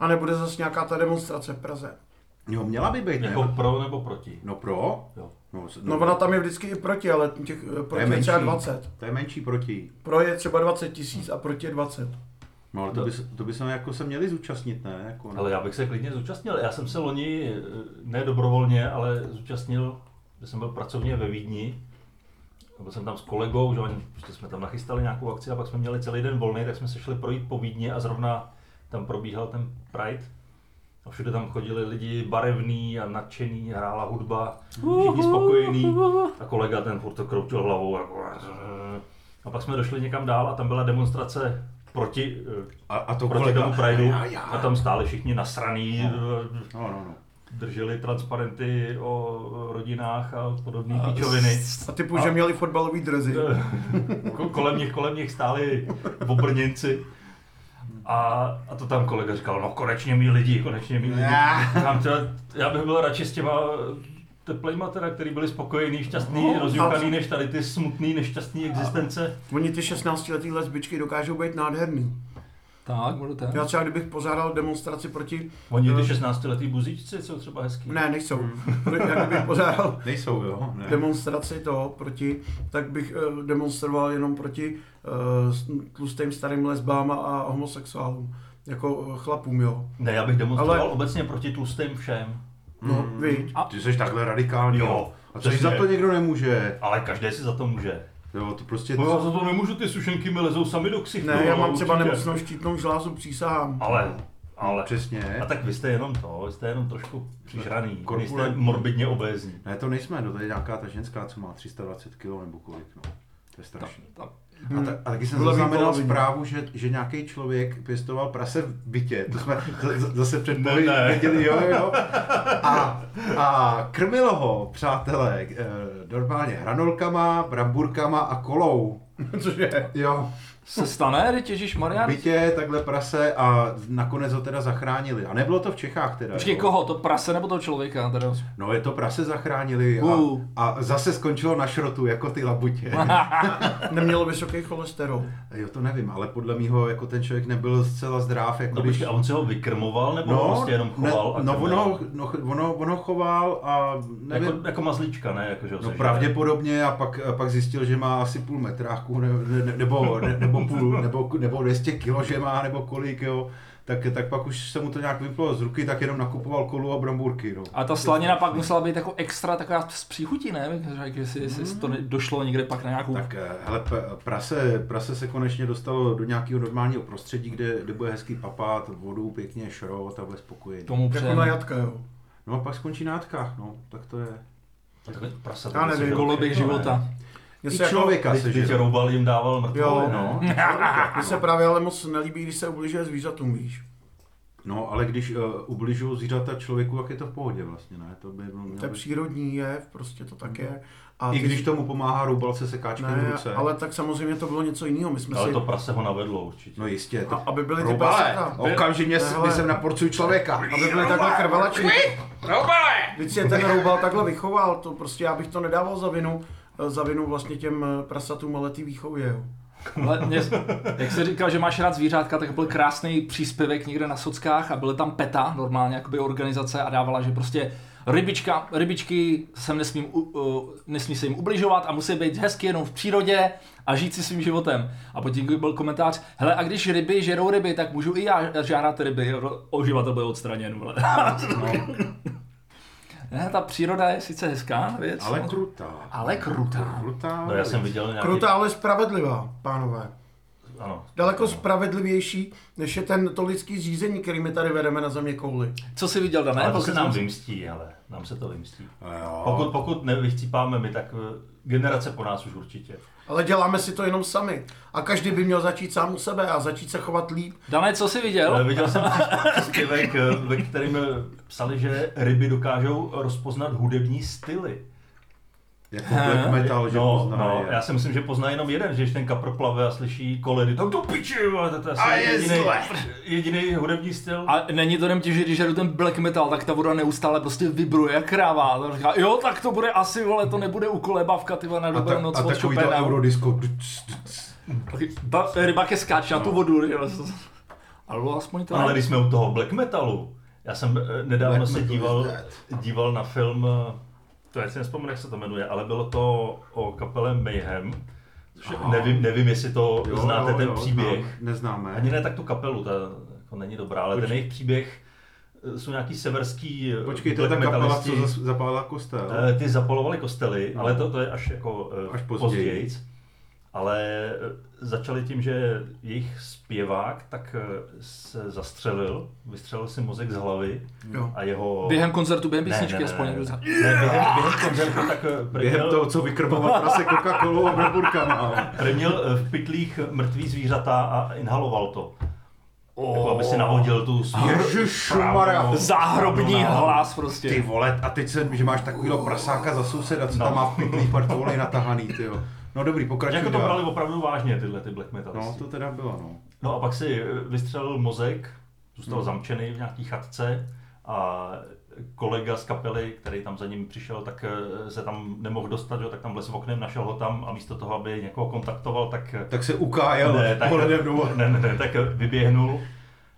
Speaker 4: A nebude zase nějaká ta demonstrace v Praze.
Speaker 1: Jo, měla by být, ne?
Speaker 2: Jako pro nebo proti?
Speaker 1: No pro?
Speaker 2: Jo.
Speaker 1: No, s-
Speaker 4: No ona tam je vždycky i proti, ale těch eh,
Speaker 1: to je
Speaker 4: proti je
Speaker 1: menší,
Speaker 4: třeba 20.
Speaker 1: to je menší proti.
Speaker 4: Pro je třeba 20 tisíc a proti je 20.
Speaker 1: No ale to by, se- to by se jako se měli zúčastnit, ne? Jako, ne?
Speaker 2: Ale já bych se klidně zúčastnil. Já jsem se loni, eh, ne dobrovolně, ale zúčastnil, že jsem byl pracovně ve Vídni. Byl jsem tam s kolegou, že oni, prostě jsme tam nachystali nějakou akci a pak jsme měli celý den volný, tak jsme se šli projít po Vídni a zrovna tam probíhal ten Pride. A všude tam chodili lidi barevný a nadšený, hrála hudba, všichni spokojení. A kolega ten furt to kroutil hlavou. Jako, A pak jsme došli někam dál a tam byla demonstrace proti,
Speaker 1: A, a to
Speaker 2: eh, proti
Speaker 1: kolega-
Speaker 2: tomu Prideu
Speaker 1: Já, já.
Speaker 2: a tam stáli všichni nasraný, eh,
Speaker 1: No, no, no.
Speaker 2: drželi transparenty o rodinách a podobné píčoviny. Eh,
Speaker 4: A typu, že měli fotbalový drzy.
Speaker 2: Ko- kolem nich, kolem nich stáli obrněnci. A, a to tam kolega říkal, no konečně mý lidi, konečně mý lidi. Říkám, teda, já bych byl radši s těma eh, teplejma teda, který byli spokojený, šťastný,
Speaker 4: No,
Speaker 2: rozjukaný,
Speaker 4: tak-
Speaker 2: než tady ty smutný, nešťastný existence.
Speaker 4: Oni ty 16 letý lesbičky dokážou být nádherný.
Speaker 3: Tak, budu ten.
Speaker 4: Já třeba kdybych pořádal demonstraci proti...
Speaker 2: Oni ty
Speaker 4: eh,
Speaker 2: 16 letý buzičci jsou třeba hezký.
Speaker 4: Ne, nejsou. Já kdybych pořádal
Speaker 1: Nejsou, jo? Hmm. Ne.
Speaker 4: demonstraci toho proti, tak bych eh, demonstroval jenom proti eh, s- tlustým starým lesbám a homosexuálům. Jako eh, chlapům, jo.
Speaker 2: ne já bych demonstroval
Speaker 4: Ale-
Speaker 2: obecně proti tlustým všem.
Speaker 4: No,
Speaker 1: Mm.
Speaker 4: viď.
Speaker 1: Ty jsi takhle radikální.
Speaker 2: Jo,
Speaker 1: A to
Speaker 2: přesně.
Speaker 1: za to někdo nemůže.
Speaker 2: Ale každý si za to může.
Speaker 1: Jo, to prostě...
Speaker 2: No já za to nemůžu, ty sušenky mi lezou sami do ksichtu.
Speaker 4: Ne, já
Speaker 2: no,
Speaker 4: mám třeba
Speaker 2: určitě.
Speaker 4: nemocnou štítnou žlázu, přísahám.
Speaker 2: Ale, ale.
Speaker 1: Přesně.
Speaker 2: A tak vy jste jenom to, jste jenom trošku přižraný, nejste
Speaker 1: Korpulentní.
Speaker 2: morbidně obézní.
Speaker 1: Ne, to nejsme, no to je nějaká ta ženská, co má 320 kg nebo kolik, no. To je strašný.
Speaker 3: tam.
Speaker 1: A, ta, a taky jsem
Speaker 4: Byla
Speaker 1: zaznamenal
Speaker 4: výpověď.
Speaker 1: zprávu, že, že nějaký člověk pěstoval prase v bytě. To jsme z- z- zase před
Speaker 2: Ne,
Speaker 1: boji
Speaker 2: ne.
Speaker 1: viděli, jo, jo. A, a krmilo ho, přátelé, eh, normálně hranolkama, bramburkama a kolou.
Speaker 4: Cože?
Speaker 1: Jo,
Speaker 3: Se stane, teď Ježíš
Speaker 1: v
Speaker 3: Maria.
Speaker 1: bytě takhle prase a nakonec ho teda zachránili. A nebylo to v Čechách teda.
Speaker 3: Počkej,
Speaker 1: jo.
Speaker 3: koho? To prase nebo toho člověka? Teda.
Speaker 1: No je to prase zachránili a,
Speaker 3: Uh.
Speaker 1: a zase skončilo na šrotu, jako ty labutě.
Speaker 4: Nemělo vysoký cholesterol.
Speaker 1: Jo, to nevím, ale podle mýho jako ten člověk nebyl zcela zdráv, jako
Speaker 2: No
Speaker 1: když...
Speaker 2: počkej, a on se ho vykrmoval, nebo no, prostě jenom choval?
Speaker 1: ne,
Speaker 2: a
Speaker 1: no,
Speaker 2: krmil?
Speaker 1: ono, no, ono, ono choval a nevím,
Speaker 2: Jako, jako mazlíčka, ne? Jako, že ho
Speaker 1: no
Speaker 2: sežere.
Speaker 1: pravděpodobně a pak, a pak zjistil, že má asi půl metráku ne, ne, nebo, ne, nebo, půl, nebo, nebo 200 kilo, že má, nebo kolik, jo. Tak, tak pak už se mu to nějak vyplo z ruky, tak jenom nakupoval kolu a bramburky, no.
Speaker 3: A ta slanina pak musela být jako extra taková s příchutí, ne? Řekl, jestli, jestli to ne- došlo někde pak na nějakou...
Speaker 1: Tak eh, hele, p- prase, prase se konečně dostalo do nějakého normálního prostředí, kde, kde bude hezký papát, vodu, pěkně šrot a bude spokojený.
Speaker 3: tomu
Speaker 4: Jako na jatka, jo.
Speaker 1: No a pak skončí na jatkách, no, tak to je.
Speaker 2: A Takový prasat.
Speaker 4: Já nevím,
Speaker 2: No,
Speaker 3: koloběh života.
Speaker 4: Mně
Speaker 1: I
Speaker 4: se jako-
Speaker 1: člověka se
Speaker 2: Když
Speaker 1: žere.
Speaker 2: roubal, jim dával mrtvou.
Speaker 4: Jo,
Speaker 1: No,
Speaker 2: no.
Speaker 1: i člověka.
Speaker 4: Mně se právě ale moc nelíbí, když se ubližuje zvířatům, víš.
Speaker 1: no, ale když uh, ubližují zvířata člověku, tak je to v pohodě vlastně, ne? To by bylo
Speaker 4: To je
Speaker 1: mělo být.
Speaker 4: přírodní jev, prostě to tak je. A
Speaker 1: I
Speaker 4: ty-
Speaker 1: když tomu pomáhá roubalce se káčkem v
Speaker 4: ne,
Speaker 1: ruce.
Speaker 4: ale tak samozřejmě to bylo něco jiného. My jsme
Speaker 2: Ale
Speaker 4: si...
Speaker 2: to prase ho navedlo určitě.
Speaker 1: No jistě. To...
Speaker 4: A- aby byly ty
Speaker 1: Roubale,
Speaker 4: prasata.
Speaker 1: okamžitě s-
Speaker 4: Hele.
Speaker 1: by jsem naporcuju člověka.
Speaker 4: Aby byly takhle krvelačky. Když si je ten roubal takhle vychoval, to prostě já bych to nedával za vinu, eh, za vinu vlastně těm eh, prasatům, ale ty výchově, jo.
Speaker 3: Ale mě, jak jsi říkal, že máš rád zvířátka, tak byl krásný příspěvek někde na Sockách a byla tam PETA, normálně jakoby organizace a dávala, že prostě rybička, rybičky sem nesmím, u- u, nesmí se jim ubližovat a musí být hezky jenom v přírodě a žít si svým životem. A potom byl komentář, hele a když ryby žerou ryby, tak můžu i já žárat ryby, oživatel byl odstraněn. vole.
Speaker 2: No.
Speaker 3: Ne, ta příroda je sice hezká věc,
Speaker 1: Ale
Speaker 3: no,
Speaker 1: krutá.
Speaker 3: ale krutá.
Speaker 1: Krutá.
Speaker 2: No já jsem viděl nějaký...
Speaker 4: Krutá, ale spravedlivá, pánové.
Speaker 2: Ano.
Speaker 4: Daleko spravedlivější, než je ten to lidský řízení, který my tady vedeme na země kouli.
Speaker 3: Co jsi viděl, Dané?
Speaker 2: Ale to se
Speaker 3: Pokud-
Speaker 2: nám vymstí, ale nám se to vymstí.
Speaker 1: No Jo.
Speaker 2: Pokud, pokud nevychcípáme my, tak eh, generace po nás už určitě.
Speaker 4: Ale děláme si to jenom sami. A každý by měl začít sám u sebe a začít se chovat líp.
Speaker 3: Dané, co jsi
Speaker 2: Ale
Speaker 3: viděl?
Speaker 2: Eh, viděl jsem příspěvek, eh, ve kterém eh, psali, že ryby dokážou rozpoznat hudební styly.
Speaker 1: Jako black metal, že
Speaker 2: no,
Speaker 1: pozná,
Speaker 2: no,
Speaker 1: je.
Speaker 2: já si myslím, že pozná jenom jeden, že když ten kapr plave a slyší koledy, tak to piči, vole, to, to je asi
Speaker 1: A je
Speaker 2: jediný,
Speaker 1: zle.
Speaker 2: jediný hudební styl. A...
Speaker 3: A není to jenom tím, že když jedu ten black metal, tak ta voda neustále prostě vibruje jak kráva. A říká, jo, tak to bude asi, vole, to nebude u kolebavka, ty vole, na
Speaker 1: A,
Speaker 3: dobrou
Speaker 1: ta,
Speaker 3: noc
Speaker 1: a
Speaker 3: od
Speaker 1: takový to
Speaker 3: Chopina.
Speaker 1: eurodisko. Dc, dc.
Speaker 3: Ta ryba ke skáče na tu vodu. jo. Ale bylo aspoň to.
Speaker 2: Ale když jsme u toho black metalu, já jsem eh, nedávno
Speaker 1: Black
Speaker 2: se
Speaker 1: metal is
Speaker 2: díval,
Speaker 1: dead.
Speaker 2: díval na film, eh, to já si nespomenu, jak se to jmenuje, ale bylo to o kapele Mayhem, což je-
Speaker 1: Aha.
Speaker 2: nevím, nevím, jestli to jo, znáte ten příběh.
Speaker 1: znám- Neznáme.
Speaker 2: Ani ne tak tu kapelu, ta jako není dobrá, ale ten jejich příběh eh, jsou nějaký severský eh,
Speaker 1: Počkej, to je
Speaker 2: black
Speaker 1: ta kapela,
Speaker 2: metalisti.
Speaker 1: co zas- zapálila kostel.
Speaker 2: Eh, Ty zapalovali kostely, ale to, to je až jako eh,
Speaker 1: Až později.
Speaker 2: pozdějc. Ale eh, začali tím, že jejich zpěvák tak eh, se zastřelil, vystřelil si mozek z hlavy
Speaker 4: Jo.
Speaker 2: a jeho...
Speaker 3: Během koncertu, během
Speaker 2: Ne, ne,
Speaker 3: písničky
Speaker 2: ne,
Speaker 3: aspoň
Speaker 2: ne,
Speaker 3: někdo
Speaker 2: ne,
Speaker 3: za...
Speaker 2: během, během koncertu tak eh,
Speaker 1: Během
Speaker 2: měl-
Speaker 1: toho, co vykrmoval prase Coca-Colou a no. bramburkama.
Speaker 2: Krmil eh, v pytlích mrtvý zvířata a inhaloval to. Jako, aby si navodil tu
Speaker 1: Maria.
Speaker 3: Záhrobní
Speaker 2: Pravdu,
Speaker 3: hlas
Speaker 1: Ty
Speaker 3: prostě.
Speaker 1: vole, a teď se, že máš takovýho prasáka za souseda,
Speaker 2: No.
Speaker 1: co tam má v pytlí partovoli natahaný, ty jo. No dobrý, pokračuj
Speaker 2: Jako to
Speaker 1: dál.
Speaker 2: brali opravdu vážně tyhle ty black metalisti.
Speaker 1: No, to teda bylo, no.
Speaker 2: No a pak si eh, vystřelil mozek,
Speaker 1: Hmm.
Speaker 2: zůstal zamčený v nějaký chatce a kolega z kapely, který tam za ním přišel, tak eh, se tam nemohl dostat, že? jo, tak tam les oknem, našel ho tam a místo toho, aby někoho kontaktoval, tak, eh,
Speaker 1: Tak se ukájel
Speaker 2: ne, tak,
Speaker 1: pohledem dolů.
Speaker 2: ne, ne, ne, tak eh, vyběhnul.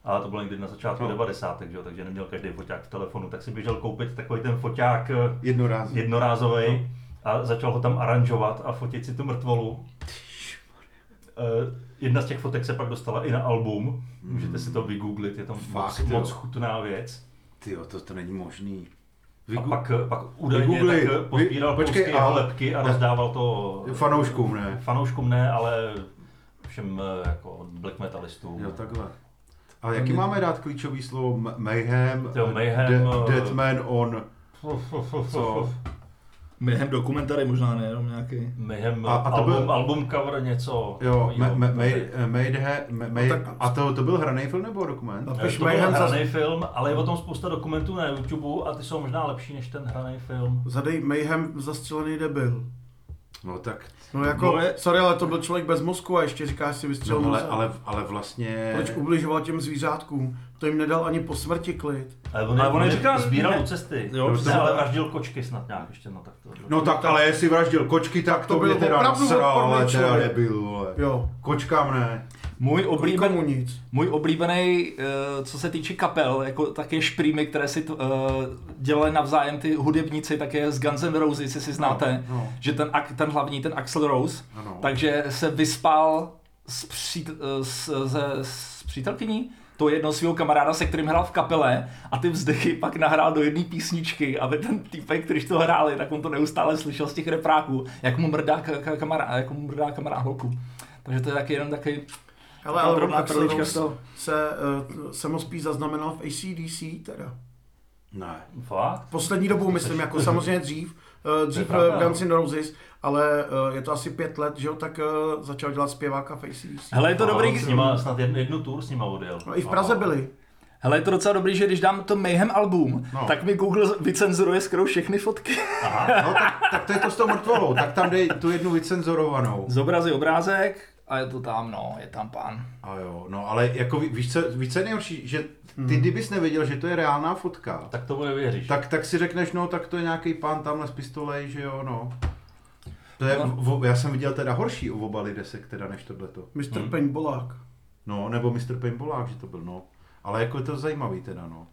Speaker 2: A to bylo někdy na začátku
Speaker 1: No.
Speaker 2: no. 90. Že? jo, takže neměl každý foťák v telefonu, tak si běžel koupit takový ten foťák eh,
Speaker 1: Jednorázně.
Speaker 2: jednorázový
Speaker 1: No.
Speaker 2: a začal ho tam aranžovat a fotit si tu mrtvolu. Eh, Jedna z těch fotek se pak dostala i na album, můžete si to vygooglit, je to moc,
Speaker 1: Fakt, jo.
Speaker 2: moc chutná věc.
Speaker 1: Ty jo, to, to není možný.
Speaker 2: A
Speaker 1: Vygu-
Speaker 2: pak, pak údajně
Speaker 1: Vygoogli.
Speaker 2: tak eh,
Speaker 1: Vy-
Speaker 2: pozbíral
Speaker 1: počkej,
Speaker 2: Počkej,
Speaker 1: a-
Speaker 2: a... lepky a
Speaker 1: ne.
Speaker 2: rozdával to eh,
Speaker 1: Fanouškům, ne?
Speaker 2: fanouškům ne, ale všem eh, jako black metalistům.
Speaker 1: Jo, takhle. A jaký máme dát klíčový slovo? M- Mayhem?
Speaker 2: Jo, Mayhem,
Speaker 1: De-
Speaker 2: eh,
Speaker 1: Deadman on... Co?
Speaker 3: Během dokumentary možná ne, jenom nějaký.
Speaker 2: Mayhem
Speaker 1: A-
Speaker 2: a,
Speaker 1: a to
Speaker 2: album,
Speaker 1: byl-
Speaker 2: album cover něco.
Speaker 1: Jo,
Speaker 2: takovýho.
Speaker 1: ma- ma- May- eh, Mayhem... ma- May-
Speaker 4: No tak-
Speaker 1: A to, to byl hraný film nebo dokument?
Speaker 4: Napiš
Speaker 2: to byl
Speaker 4: Mayhem zas-
Speaker 2: hraný film, ale je o tom spousta dokumentů na YouTube a ty jsou možná lepší než ten hraný film.
Speaker 4: Zadej Mayhem zastřelený debil.
Speaker 1: No tak,
Speaker 4: No jako,
Speaker 3: Vole.
Speaker 4: sorry, ale to byl člověk bez mozku a ještě říkáš si vystřelil
Speaker 1: no, ale,
Speaker 4: mozek.
Speaker 1: ale, ale vlastně...
Speaker 4: Proč ubližoval těm zvířátkům? To jim nedal ani po smrti klid.
Speaker 2: Ale on,
Speaker 3: Ale
Speaker 2: ale
Speaker 3: on
Speaker 2: on je
Speaker 3: neříkal-
Speaker 2: sbíral
Speaker 3: ne.
Speaker 2: u cesty.
Speaker 3: Jo,
Speaker 2: Jo,
Speaker 1: přesně.
Speaker 2: ne, ale vraždil kočky snad nějak ještě, no tak to.
Speaker 1: No tak, ale jestli vraždil kočky, tak to,
Speaker 4: To byl
Speaker 1: mě teda
Speaker 4: opravdu
Speaker 1: nasral,
Speaker 4: odporný
Speaker 1: ale teda
Speaker 4: člověk.
Speaker 1: nebyl, vole.
Speaker 4: Jo.
Speaker 1: Kočkám ne.
Speaker 3: Můj oblíben,
Speaker 4: Nikomu nic.
Speaker 3: Můj oblíbený, eh, co se týče kapel, jako také šprýmy, které si t- eh, dělali navzájem ty hudebníci, také z Guns N' Roses, jestli si znáte,
Speaker 1: No, no.
Speaker 3: že ten, ak- ten hlavní, ten Axel Rose,
Speaker 1: Ano.
Speaker 3: takže se vyspal s, přít, eh, s, s, s přítelkyní, to jedno svého kamaráda, se kterým hrál v kapele a ty vzdechy pak nahrál do jedné písničky, aby ten týpek, když to hráli, tak on to neustále slyšel z těch repráků, jak mu mrdá, ka- ka- kamará, jak mu mrdá kamarád holku. Takže to je taky jenom takový
Speaker 4: Ale, ale
Speaker 3: drobná
Speaker 4: on Axl
Speaker 3: perlička z
Speaker 4: Rose
Speaker 3: toho.
Speaker 4: se, eh, samospí zaznamenal v ACDC teda.
Speaker 1: Ne.
Speaker 2: Fakt?
Speaker 4: Poslední dobou, myslím, jako samozřejmě dřív, eh, dřív
Speaker 2: To je
Speaker 4: eh,
Speaker 2: pravda.
Speaker 4: Guns N' Roses, ale eh, je to asi pět let, že jo, tak eh, začal dělat zpěváka v ACDC.
Speaker 3: Hele, je to
Speaker 2: No,
Speaker 3: dobrý,
Speaker 2: S nima, snad jednu, jednu tour s nima odjel.
Speaker 4: No i v Praze byli.
Speaker 3: Hele, je to docela dobrý, že když dám to Mayhem album,
Speaker 1: No.
Speaker 3: no. tak mi Google vycenzuruje skoro všechny fotky.
Speaker 1: No, tak, tak to je to s tou mrtvolou, tak tam dej tu jednu vycenzorovanou.
Speaker 3: Zobrazí obrázek a je to tam, no, je tam pán.
Speaker 1: A jo, no ale jako ví- víš co, víš co je nejhorší, že ty kdybys nevěděl, že to je reálná fotka,
Speaker 2: Tak tomu nevěříš.
Speaker 1: tak, tak si řekneš, no tak to je nějaký pán tamhle s pistolej, že jo, no. To je,
Speaker 3: No.
Speaker 1: v, já jsem viděl teda horší u oba lidesek teda než tohleto.
Speaker 4: Mr. Paintballák.
Speaker 1: No, nebo Mr. Paintballák, že to byl, no. Ale jako je to zajímavý teda, no.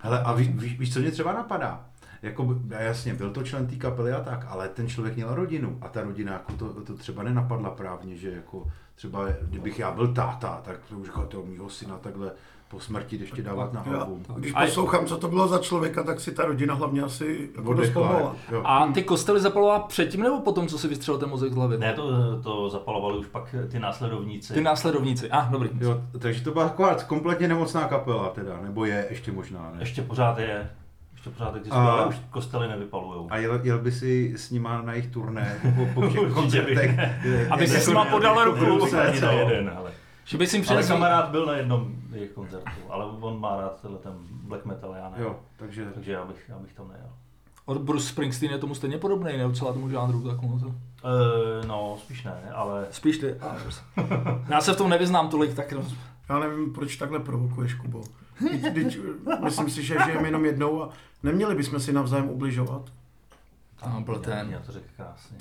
Speaker 1: Hele, a ví, víš, víš, co mě třeba napadá? Jako, b- a jasně, byl to člen té kapely a tak, ale ten člověk měl rodinu a ta rodina jako to, to třeba nenapadla právně, že jako třeba, kdybych já byl táta, tak to už jako toho mýho syna takhle po smrti ještě dávat na
Speaker 4: Já,
Speaker 1: hlavu.
Speaker 4: když
Speaker 3: A-
Speaker 4: poslouchám, co to bylo za člověka, tak si ta rodina hlavně asi jako dost
Speaker 1: Odechla,
Speaker 4: pomohla.
Speaker 1: jo.
Speaker 3: A ty kostely zapalovala předtím nebo potom, co si vystřelil ten mozek z hlavy?
Speaker 2: Ne, to, to zapalovali už pak ty následovníci.
Speaker 3: Ty následovníci. A, ah, dobrý.
Speaker 1: jo, takže to byla taková kompletně nemocná kapela teda, nebo je ještě možná, ne?
Speaker 2: Ještě pořád je. Ještě pořád existuje,
Speaker 1: A-
Speaker 2: ale už kostely nevypalujou.
Speaker 1: A jel, jel by si s nima na jejich turné po, po všech
Speaker 2: Určitě
Speaker 1: koncertech.
Speaker 3: Aby si s nima podal ruku.
Speaker 2: Už
Speaker 1: Ruce,
Speaker 2: ani
Speaker 1: jako- co?
Speaker 2: na jeden, ale.
Speaker 3: Že by si jim
Speaker 2: Ale
Speaker 3: přinesl...
Speaker 2: kamarád byl na jednom jejich koncertu, ale on má rád tenhle ten black metal, já ne.
Speaker 1: Jo, takže
Speaker 2: Takže já bych, já bych tam nejel.
Speaker 3: Od Bruce Springsteen je tomu stejně podobný, ne? Docela tomu žánru takovou to.
Speaker 2: Uh, no, spíš ne, ale
Speaker 3: Spíš ty. Já se v tom nevyznám tolik, tak no.
Speaker 4: Já nevím, proč takhle provokuješ, Kubo. Teď, teď, myslím si, že žijeme jenom jednou a neměli bychom si navzájem ubližovat.
Speaker 3: tam byl ten.
Speaker 2: já to řekl krásně.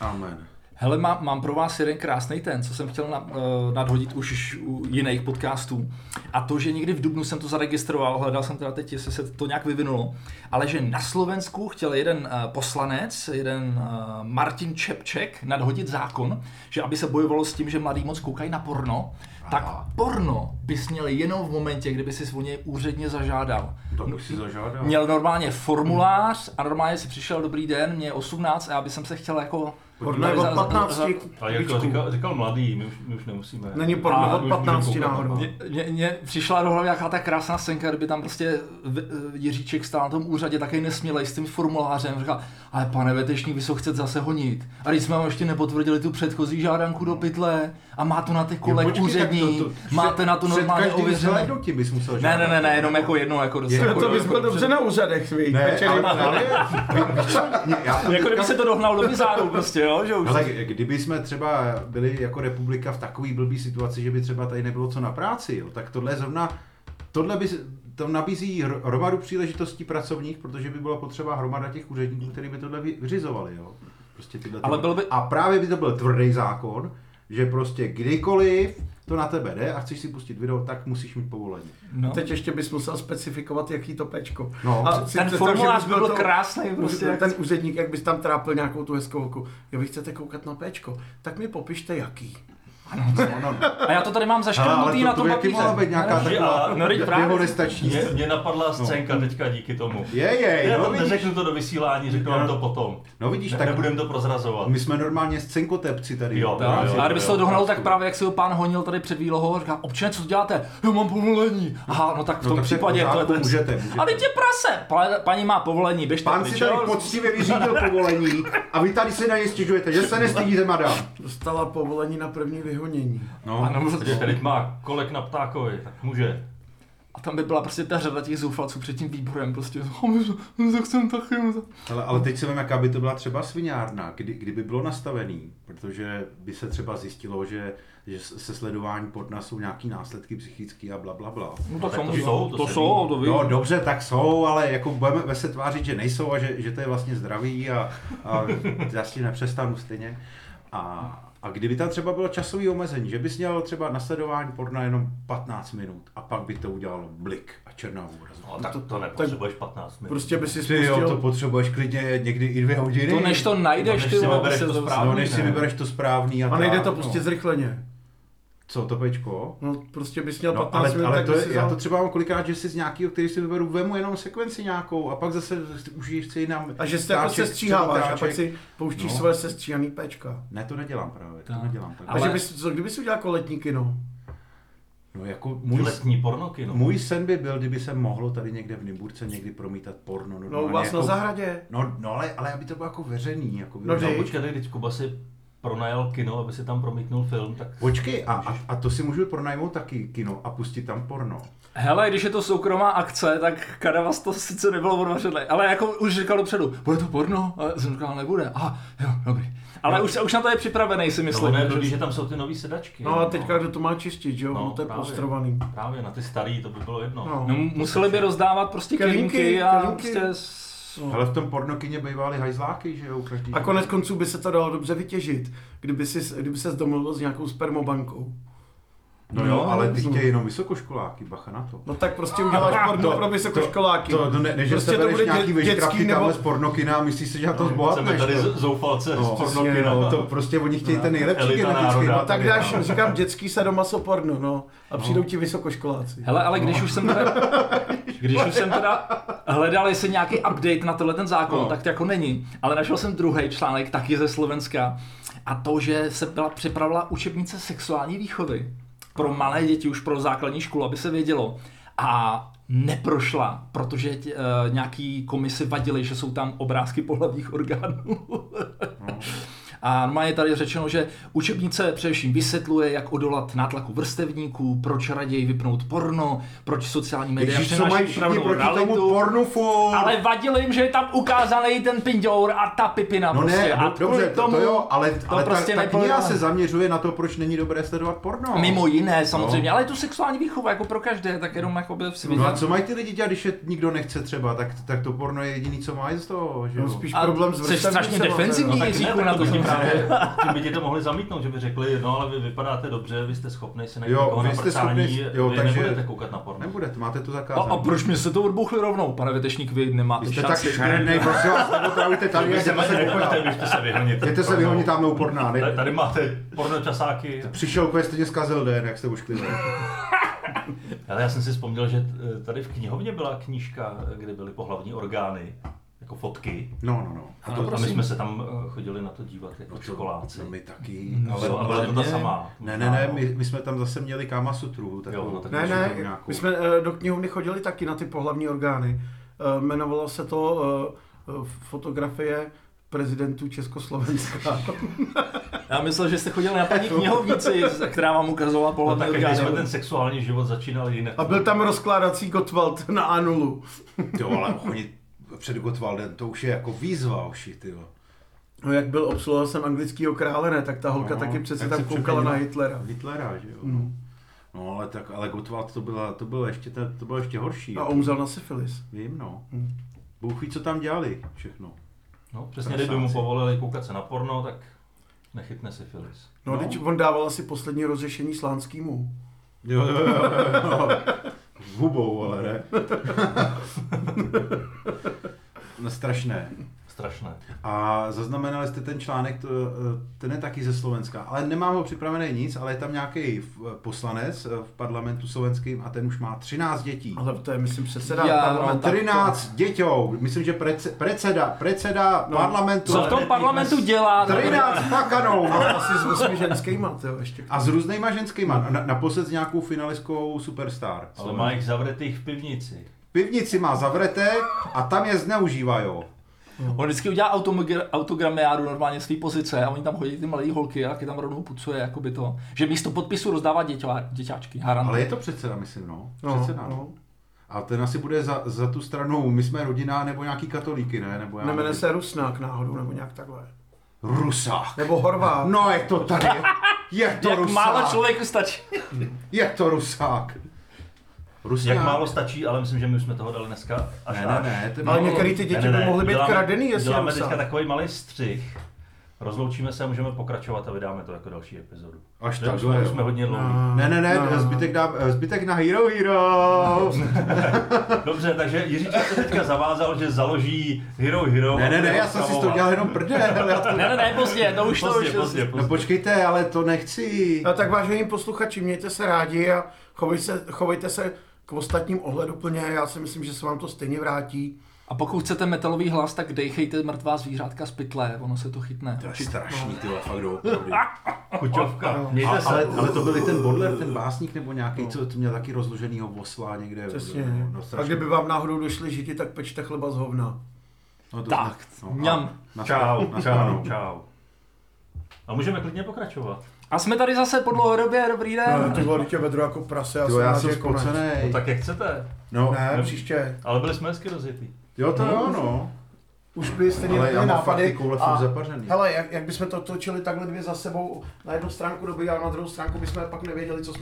Speaker 1: amen.
Speaker 3: Hele, má, mám pro vás jeden krásný ten, co jsem chtěl na, eh, nadhodit už u jiných podcastů. A to, že někdy v Dubnu jsem to zaregistroval, hledal jsem teda teď, jestli se to nějak vyvinulo, ale že na Slovensku chtěl jeden eh, poslanec, jeden eh, Martin Čepček, nadhodit zákon, že aby se bojovalo s tím, že mladí moc koukají na porno,
Speaker 1: Aha.
Speaker 3: tak porno bys měl jenom v momentě, kdyby si o něj úředně zažádal.
Speaker 1: To bych si zažádal.
Speaker 3: Měl normálně formulář a normálně si přišel, dobrý den, mě je 18 a já bych se chtěl jako
Speaker 4: Porno je od
Speaker 3: Za- za-
Speaker 4: 15.
Speaker 2: Ale jak to
Speaker 4: Víčku.
Speaker 2: říkal, říkal mladý, my už, my už nemusíme.
Speaker 4: Není porno
Speaker 2: A
Speaker 4: od
Speaker 2: už
Speaker 4: 15
Speaker 2: můžeme koukat,
Speaker 4: náhodou.
Speaker 2: no.
Speaker 4: Mě-
Speaker 3: Mně- Mně přišla do hlavy jaká ta krásná scénka, kdyby tam prostě v- v- Jiříček stál na tom úřadě taky nesmělej s tím formulářem. Říkal, ale pane Vetešník, vy se ho chcete zase honit. A když jsme vám ještě nepotvrdili tu předchozí žádanku do pytle a má to na těch kolek
Speaker 1: počkej,
Speaker 3: úřední,
Speaker 1: tak to- to-
Speaker 3: máte na to
Speaker 1: před
Speaker 3: normálně
Speaker 1: každým
Speaker 3: ověřené.
Speaker 1: zhlédnutím bys musel
Speaker 3: Ne, ne, ne, ne, jenom
Speaker 1: žádat.
Speaker 3: jako jednou, jako
Speaker 1: Je-
Speaker 3: dostat.
Speaker 1: To
Speaker 3: jako-
Speaker 1: bys byl
Speaker 3: jako-
Speaker 5: na úřadech, víš.
Speaker 1: Ne,
Speaker 5: večer
Speaker 1: ale,
Speaker 5: je-
Speaker 1: ale, víš co, mě- já jsem
Speaker 3: Jako kdyby
Speaker 1: teďka-
Speaker 3: se to dohnal do bizáru prostě, jo, že už.
Speaker 1: Ale kdyby jsme třeba byli jako republika v takové blbý situaci, že by třeba tady nebylo co na práci, jo, tak tohle je zrovna, tohle by, to nabízí hro- hromadu příležitostí pracovních, protože by byla potřeba hromada těch úředníků, který by tohle vy- vyřizovali. Jo. Prostě tyhle
Speaker 3: Ale
Speaker 1: tyhle.
Speaker 3: bylo by-
Speaker 1: A právě by to byl tvrdý zákon, že prostě kdykoliv to na tebe jde a chceš si pustit video, tak musíš mít povolení.
Speaker 3: No.
Speaker 4: Teď ještě bys musel specifikovat, jaký to pečko.
Speaker 1: No,
Speaker 4: A
Speaker 1: ten
Speaker 4: si představ, že
Speaker 3: formulář
Speaker 4: bys
Speaker 3: by byl krásný, prostě, jak-
Speaker 4: Ten úředník, jak bys tam trápil nějakou tu hezkou holku. Jo, vy chcete koukat na péčko, tak mi popište jaký.
Speaker 1: No, no, no.
Speaker 3: A já to tady mám
Speaker 1: Ale
Speaker 3: zaškrtnutý
Speaker 1: to-
Speaker 3: na
Speaker 1: to
Speaker 3: tom
Speaker 1: by jaký mohla být nějaká
Speaker 3: papíře.
Speaker 2: Ne,
Speaker 1: taková
Speaker 2: ale- no, teď
Speaker 3: právě-
Speaker 1: dehonestační.
Speaker 2: Mě, mě napadla scénka teďka díky tomu.
Speaker 1: Je, je,
Speaker 2: Já
Speaker 1: no,
Speaker 2: to
Speaker 1: vidíš,
Speaker 2: neřeknu to do vysílání, řeknu vám to potom.
Speaker 1: no vidíš,
Speaker 2: Ne,
Speaker 1: tak
Speaker 2: Nebudem to prozrazovat.
Speaker 1: my jsme normálně scenkotepci tady.
Speaker 2: Jo,
Speaker 3: Tak,
Speaker 2: jo, jo.
Speaker 3: a kdyby se to
Speaker 2: jo,
Speaker 3: dohnal,
Speaker 1: jo.
Speaker 3: tak právě jak si ho pán honil tady před výlohou, říká, občane, co děláte? Já mám povolení. Aha, no tak v
Speaker 1: No
Speaker 3: tom
Speaker 1: tak se
Speaker 3: případě
Speaker 1: pořádku,
Speaker 3: tohle to je-
Speaker 1: můžete, můžete.
Speaker 3: Ale tě prase! Pa- Paní má povolení, běžte
Speaker 1: Pán
Speaker 3: pryč,
Speaker 1: si tady
Speaker 3: jo?
Speaker 1: poctivě vyřídil povolení a vy tady si na něj stěžujete, že se nestydíte, madam.
Speaker 4: Dostala povolení na první vyhonění.
Speaker 1: No,
Speaker 3: Ano,
Speaker 2: Protože teď má kolek na ptákovi, tak může.
Speaker 3: A tam by byla prostě ta řada těch zoufalců před tím výborem, prostě, "A my to- my to chceme taky. my to-"
Speaker 1: ale, ale teď si vím, jaká by to byla třeba sviňárna, kdy, kdyby bylo nastavený, protože by se třeba zjistilo, že, že se sledování podna jsou nějaký následky psychické a bla, bla, bla.
Speaker 3: No
Speaker 2: tak
Speaker 3: tak
Speaker 2: to
Speaker 3: samozřejmě,
Speaker 2: jsou, to
Speaker 3: to
Speaker 2: se
Speaker 3: jsou,
Speaker 2: ví.
Speaker 3: to
Speaker 1: No
Speaker 3: ví.
Speaker 1: dobře, tak jsou, ale jako budeme se tvářit, že nejsou a že, že to je vlastně zdravý a, a já s tím nepřestanu stejně. A, a kdyby tam třeba bylo časové omezení, že bys měl třeba nasledování porna jenom 15 minut a pak by to udělalo blik a černá úraz.
Speaker 2: No, tak to, to nepotřebuješ 15 minut.
Speaker 4: Prostě by si
Speaker 1: Ty jo, to
Speaker 4: spustil...
Speaker 1: potřebuješ klidně někdy i dvě hodiny.
Speaker 3: To než to najdeš,
Speaker 2: No, než
Speaker 3: ty
Speaker 2: si
Speaker 3: vole,
Speaker 2: vybereš
Speaker 3: se
Speaker 2: to
Speaker 3: to
Speaker 2: správný.
Speaker 1: no, než si vybereš to správný a,
Speaker 4: A nejde
Speaker 1: tak,
Speaker 4: to prostě
Speaker 1: no.
Speaker 4: zrychleně.
Speaker 1: Co to, Pečko?
Speaker 4: No prostě bys měl
Speaker 1: No,
Speaker 4: 15
Speaker 1: ale,
Speaker 4: minut,
Speaker 1: ale
Speaker 4: tak
Speaker 1: to
Speaker 4: bys si
Speaker 1: je, já
Speaker 4: vzal...
Speaker 1: to třeba mám kolikrát, že si z nějakého, který si vyberu, vemu jenom sekvenci nějakou a pak zase už chci jinam.
Speaker 4: A že se jako
Speaker 1: táček,
Speaker 4: sestříháváš a
Speaker 1: táček.
Speaker 4: pak si pouštíš
Speaker 1: No.
Speaker 4: svoje sestříhaný péčka.
Speaker 1: Ne, to nedělám právě, to
Speaker 3: Tak.
Speaker 1: nedělám. Tak.
Speaker 4: A
Speaker 3: Ale-
Speaker 4: že bys, co, kdyby si udělal jako letní kino?
Speaker 1: No jako
Speaker 2: Můj
Speaker 1: můj,
Speaker 2: letní no. pornokino.
Speaker 1: můj sen by byl, kdyby se mohlo tady někde v Nymburce někdy promítat porno.
Speaker 4: No u
Speaker 1: normálně,
Speaker 4: vás
Speaker 1: jako,
Speaker 4: na zahradě.
Speaker 1: No, no ale, ale aby to bylo jako veřejný. Jako
Speaker 4: No,
Speaker 1: by-
Speaker 2: No
Speaker 4: Ty.
Speaker 2: počkej, teď Kuba si pronajal kino, aby si tam promítnul film, tak
Speaker 1: Počkej, a, a, a, to si můžu pronajmout taky kino a pustit tam porno.
Speaker 3: Hele, když je to soukromá akce, tak kada vás to sice nebylo odvařené, ale jako už říkal dopředu, bude to porno? A jsem říkal, nebude. Aha, jo, dobrý. Ale už, už na to je připravený, si
Speaker 2: no,
Speaker 3: myslím.
Speaker 2: ne, blbý, že tam jsou ty nové sedačky.
Speaker 4: No a teďka kdo to má čistit, že jo?
Speaker 2: No,
Speaker 4: No, to je
Speaker 2: právě.
Speaker 4: postrovaný.
Speaker 2: Právě na ty starý, to by bylo jedno.
Speaker 4: No.
Speaker 3: No, museli by rozdávat prostě
Speaker 4: Kelímky,
Speaker 3: kelímky a
Speaker 4: kelímky.
Speaker 3: prostě... s-
Speaker 1: Ale v tom pornokině bývaly hajzláky, že jo? Každý.
Speaker 4: No. A konec konců by se to dalo dobře vytěžit, kdyby, si, kdyby se domluvil s nějakou spermobankou.
Speaker 1: No jo, ale teď tě jenom vysokoškoláky, bacha na to.
Speaker 4: No tak prostě uděláš porno
Speaker 1: to-
Speaker 4: pro vysokoškoláky.
Speaker 1: To, to ne, ne, že prostě
Speaker 4: Prostě
Speaker 1: se
Speaker 4: to
Speaker 1: bereš
Speaker 4: bude dě-
Speaker 1: nějaký
Speaker 4: dětský
Speaker 1: veškrafty
Speaker 4: nebo-
Speaker 1: tamhle z pornokina a myslíš si, že na to
Speaker 2: Chceme
Speaker 1: zbohatneš.
Speaker 2: tady
Speaker 1: jo?
Speaker 2: z- zoufalce
Speaker 1: No,
Speaker 2: z
Speaker 1: přesně,
Speaker 2: pornokina.
Speaker 1: no, to prostě oni chtějí ten nejlepší
Speaker 2: Elita
Speaker 1: genetický
Speaker 2: národa.
Speaker 1: materiál.
Speaker 4: Tak dáš, říkám, dětský sadomasoporno, no. A přijdou ti vysokoškoláci.
Speaker 3: Hele, ale když už jsem teda, když už jsem teda hledal, jestli nějaký update na tenhle ten zákon,
Speaker 1: No.
Speaker 3: no. tak to jako není. Ale našel jsem druhý článek, taky ze Slovenska. A to, že se byla připravila učebnice sexuální výchovy pro malé děti, už pro základní školu, aby se vědělo. A neprošla, protože tě, eh, nějaký komisy vadily, že jsou tam obrázky pohlavních orgánů. A normálně je tady řečeno, že učebnice především vysvětluje, jak odolat nátlaku vrstevníků, proč raději vypnout porno, proč sociální média
Speaker 1: Ježíš, co
Speaker 3: přináší
Speaker 1: mají všichni
Speaker 3: upravenou
Speaker 1: proti
Speaker 3: realitu.
Speaker 1: tomu pornufu?
Speaker 3: Ale vadilo jim, že je tam ukázaný ten pindour a ta pipina
Speaker 1: No
Speaker 3: prostě.
Speaker 1: ne,
Speaker 3: a
Speaker 1: no, dobře, to,
Speaker 3: kvůli
Speaker 1: to jo, ale,
Speaker 3: to
Speaker 1: ale
Speaker 3: prostě
Speaker 1: ta, ta
Speaker 3: nebylo
Speaker 1: kniha
Speaker 3: dáno.
Speaker 1: se No. zaměřuje na to, proč není dobré sledovat porno.
Speaker 3: Mimo jiné samozřejmě, ale je to sexuální výchova jako pro každé, tak jenom jako by si
Speaker 1: No
Speaker 3: viděl.
Speaker 1: a co mají ty lidi dělat, když je nikdo nechce třeba, tak, tak to porno je jediný, co mají z toho, že
Speaker 4: No,
Speaker 1: jo?
Speaker 4: spíš
Speaker 3: A
Speaker 4: problém s
Speaker 3: jsi
Speaker 4: vrstevníkama,
Speaker 3: strašně
Speaker 4: no, to je-
Speaker 3: defenzivní.
Speaker 2: tak
Speaker 3: Jiříku
Speaker 2: tak
Speaker 3: na
Speaker 2: to
Speaker 3: to
Speaker 2: by
Speaker 3: jsem
Speaker 2: ti právě, tím by ti to mohli zamítnout, že by řekli, no ale vy vypadáte dobře, vy jste schopný si najít
Speaker 1: Jo,
Speaker 2: někoho
Speaker 1: vy
Speaker 2: na
Speaker 1: jste
Speaker 2: prcání,
Speaker 1: schopnej- jo,
Speaker 2: vy
Speaker 1: takže-
Speaker 2: nebudete koukat na porno.
Speaker 1: Nebudete, máte to
Speaker 3: A,
Speaker 1: zakázané.
Speaker 3: a proč mi se to odbouchli rovnou, pane Větešník, vy nemáte
Speaker 1: Vy jste tak
Speaker 3: šanci.
Speaker 1: šerednej, prosím vás, neopravujte tady,
Speaker 2: Vy se
Speaker 1: jděte se
Speaker 2: nebudete,
Speaker 1: pokoja.
Speaker 2: běžte se vyhonit.
Speaker 1: Jděte se
Speaker 2: Porno.
Speaker 1: vyhonit tam u porna,
Speaker 2: Tady-
Speaker 1: ne?
Speaker 2: Tady máte pornočasáky.
Speaker 1: Přišel úplně stejně zkazil den, jak jste No, ošklivý.
Speaker 2: Ale já jsem si vzpomněl, že eh, tady v knihovně byla knížka, eh, kde byly pohlavní orgány. jako fotky.
Speaker 1: No, no, no.
Speaker 2: A,
Speaker 3: Ano,
Speaker 2: to, a my
Speaker 3: prosím.
Speaker 2: jsme se tam eh, chodili na to dívat jako školáci.
Speaker 1: No, my taky,
Speaker 3: No,
Speaker 1: ale,
Speaker 2: Jo, a
Speaker 1: ale
Speaker 2: byla to ta
Speaker 3: mě-
Speaker 2: samá.
Speaker 1: ne, ne, ne, my, my, jsme tam zase měli Kama Sutru, takovou,
Speaker 2: Jo, no tak
Speaker 4: Ne,
Speaker 1: že
Speaker 4: ne,
Speaker 1: tam nějakou-
Speaker 4: my jsme eh, do knihovny chodili taky na ty pohlavní orgány. Eh, Jmenovalo se to eh, eh, fotografie prezidentů Československa.
Speaker 3: Já myslel, že jste chodil na paní knihovnici, která vám ukazovala
Speaker 2: No,
Speaker 3: pohlavní
Speaker 2: tak jak jsme ten
Speaker 3: orgány.
Speaker 2: sexuální život začínali jinak.
Speaker 4: A byl tam rozkládací Gottwald na Anulu.
Speaker 1: Jo, ale chodit před Gottwaldem, to už je jako výzva, uši, ty jo.
Speaker 4: No jak byl, obsluhoval jsem anglického krále, ne? Tak ta holka
Speaker 1: No,
Speaker 4: taky přece
Speaker 1: tak
Speaker 4: tam
Speaker 1: se
Speaker 4: koukala na
Speaker 1: překlidila.
Speaker 4: Hitlera.
Speaker 1: Hitlera, že jo.
Speaker 4: No.
Speaker 1: No, ale, tak, ale Gottwald to, byla, to, bylo ještě, ten- to bylo ještě horší.
Speaker 4: A umřel na syfilis.
Speaker 1: Vím, no.
Speaker 4: Hm.
Speaker 1: Bůh ví, co tam dělali všechno.
Speaker 2: No, přesně, kdyby mu
Speaker 1: Prasáci.
Speaker 2: povolili koukat se na porno, tak nechytne syfilis.
Speaker 4: No,
Speaker 1: No.
Speaker 4: no. Teď on dával asi poslední rozřešení slánskýmu.
Speaker 1: Jo, jo, jo, jo. S hubou, ale ne. No strašné.
Speaker 2: Strašné.
Speaker 1: A zaznamenali jste ten článek, to, eh, ten je taky ze Slovenska, ale nemám ho připravený nic, ale je tam nějaký eh, poslanec eh, v parlamentu slovenským a ten už má 13 dětí.
Speaker 4: Ale to je, myslím, předseda
Speaker 3: Já,
Speaker 4: parlamentu.
Speaker 3: tak to-
Speaker 1: 13 děťou, myslím, že prece, preceda, preceda
Speaker 4: No,
Speaker 1: no, parlamentu.
Speaker 3: Co v tom parlamentu dělá?
Speaker 1: 13 pakanou.
Speaker 4: Ale asi s osmi ženskýma, tyjo, ještě.
Speaker 1: A s různýma ženskýma, na, naposled s nějakou finalistkou Superstar.
Speaker 2: Ale má jich zavretých v pivnici.
Speaker 1: Pivnici má zavrete a tam je zneužívajou.
Speaker 3: On vždycky udělá automogi- autogramiádu normálně svý pozice a oni tam hodí ty malé holky a taky tam rovnou pucuje, jakoby to. Že místo podpisu rozdává děťa, děťáčky, haranty.
Speaker 1: Ale je to předseda, myslím, no.
Speaker 4: No,
Speaker 1: Předseda. No,
Speaker 4: no.
Speaker 1: A ten asi bude za, za tu stranu, my jsme rodina, nebo nějaký katolíky, ne? Nebo já
Speaker 4: Nemene
Speaker 1: nevím.
Speaker 4: se Rusnák náhodou, nebo nějak takhle.
Speaker 1: Rusák.
Speaker 4: Nebo Horvát.
Speaker 1: No je to tady. Je to
Speaker 3: Jak
Speaker 1: Rusák.
Speaker 3: málo člověku stačí.
Speaker 1: Je to Rusák. Rusák.
Speaker 2: Jak málo stačí, ale myslím, že my už jsme toho dali dneska. Až
Speaker 1: Ne,
Speaker 2: až.
Speaker 1: ne, ne. To je
Speaker 4: No, Ale
Speaker 1: málo.
Speaker 4: některý ty děti by mohly být
Speaker 2: Děláme-
Speaker 4: kradený, jestli
Speaker 2: Děláme
Speaker 4: je
Speaker 2: teďka
Speaker 4: psal.
Speaker 2: takový malý střih. Rozloučíme se a můžeme pokračovat a vydáme to jako další epizodu.
Speaker 1: Až
Speaker 2: Že už
Speaker 1: takhle,
Speaker 2: jsme,
Speaker 1: jo.
Speaker 2: už jsme hodně dlouhý.
Speaker 1: Ne, ne, ne,
Speaker 4: No.
Speaker 1: zbytek, dám, zbytek na Hero Hero.
Speaker 2: Dobře, takže Jiříček se teďka zavázal, že založí Hero Hero.
Speaker 1: Ne, ne, ne, já jsem si to dělal jenom prdel. já to-
Speaker 3: Ne, ne, ne, pozdě, to už to
Speaker 2: Pozdě,
Speaker 3: už.
Speaker 2: pozdě,
Speaker 1: No
Speaker 2: pozdě.
Speaker 1: počkejte, ale to nechci.
Speaker 4: A tak vážení posluchači, mějte se rádi a chovejte se, chovejte se k ostatním ohleduplně. Já si myslím, že se vám to stejně vrátí.
Speaker 3: A pokud chcete metalový hlas, tak dejchejte mrtvá zvířátka z pytle, ono se to chytne.
Speaker 1: To je strašný, ty vole, fakt doopravdy. No,
Speaker 2: Chuťovka. Mějte
Speaker 1: A,
Speaker 2: se.
Speaker 1: ale, ale to byl i ten Bodler, ten básník nebo nějaký, co to měl taky rozloženýho osla někde.
Speaker 4: Přesně.
Speaker 1: No, no,
Speaker 4: a
Speaker 1: strašný.
Speaker 4: kdyby vám náhodou došli žiti, tak pečte chleba z hovna.
Speaker 1: No, to
Speaker 3: Tak,
Speaker 1: jsme- no,
Speaker 3: mňam.
Speaker 1: a- na stranu,
Speaker 2: Čau,
Speaker 1: na
Speaker 2: čau,
Speaker 1: stranu.
Speaker 2: čau. A můžeme klidně pokračovat.
Speaker 3: A jsme tady zase po dlouhé době, dobrý den.
Speaker 4: No, ty vole, tě vedro jako prase.
Speaker 1: Jo, já
Speaker 4: rád,
Speaker 1: jsem
Speaker 4: že je konec.
Speaker 2: No
Speaker 1: spocenej.
Speaker 2: tak jak chcete.
Speaker 1: No,
Speaker 4: Ne, příště.
Speaker 2: Ale byli jsme hezky rozjetý.
Speaker 1: jo to jo, no.
Speaker 4: Už by stejně
Speaker 1: Ale já
Speaker 4: nebyly
Speaker 1: mám fakt ty
Speaker 4: nápady.
Speaker 1: koule
Speaker 4: a-
Speaker 1: furt zapařený.
Speaker 4: Hele, jak, jak bychom to točili takhle dvě za sebou, na jednu stránku dobrý, ale na druhou stránku bychom pak nevěděli, co jsme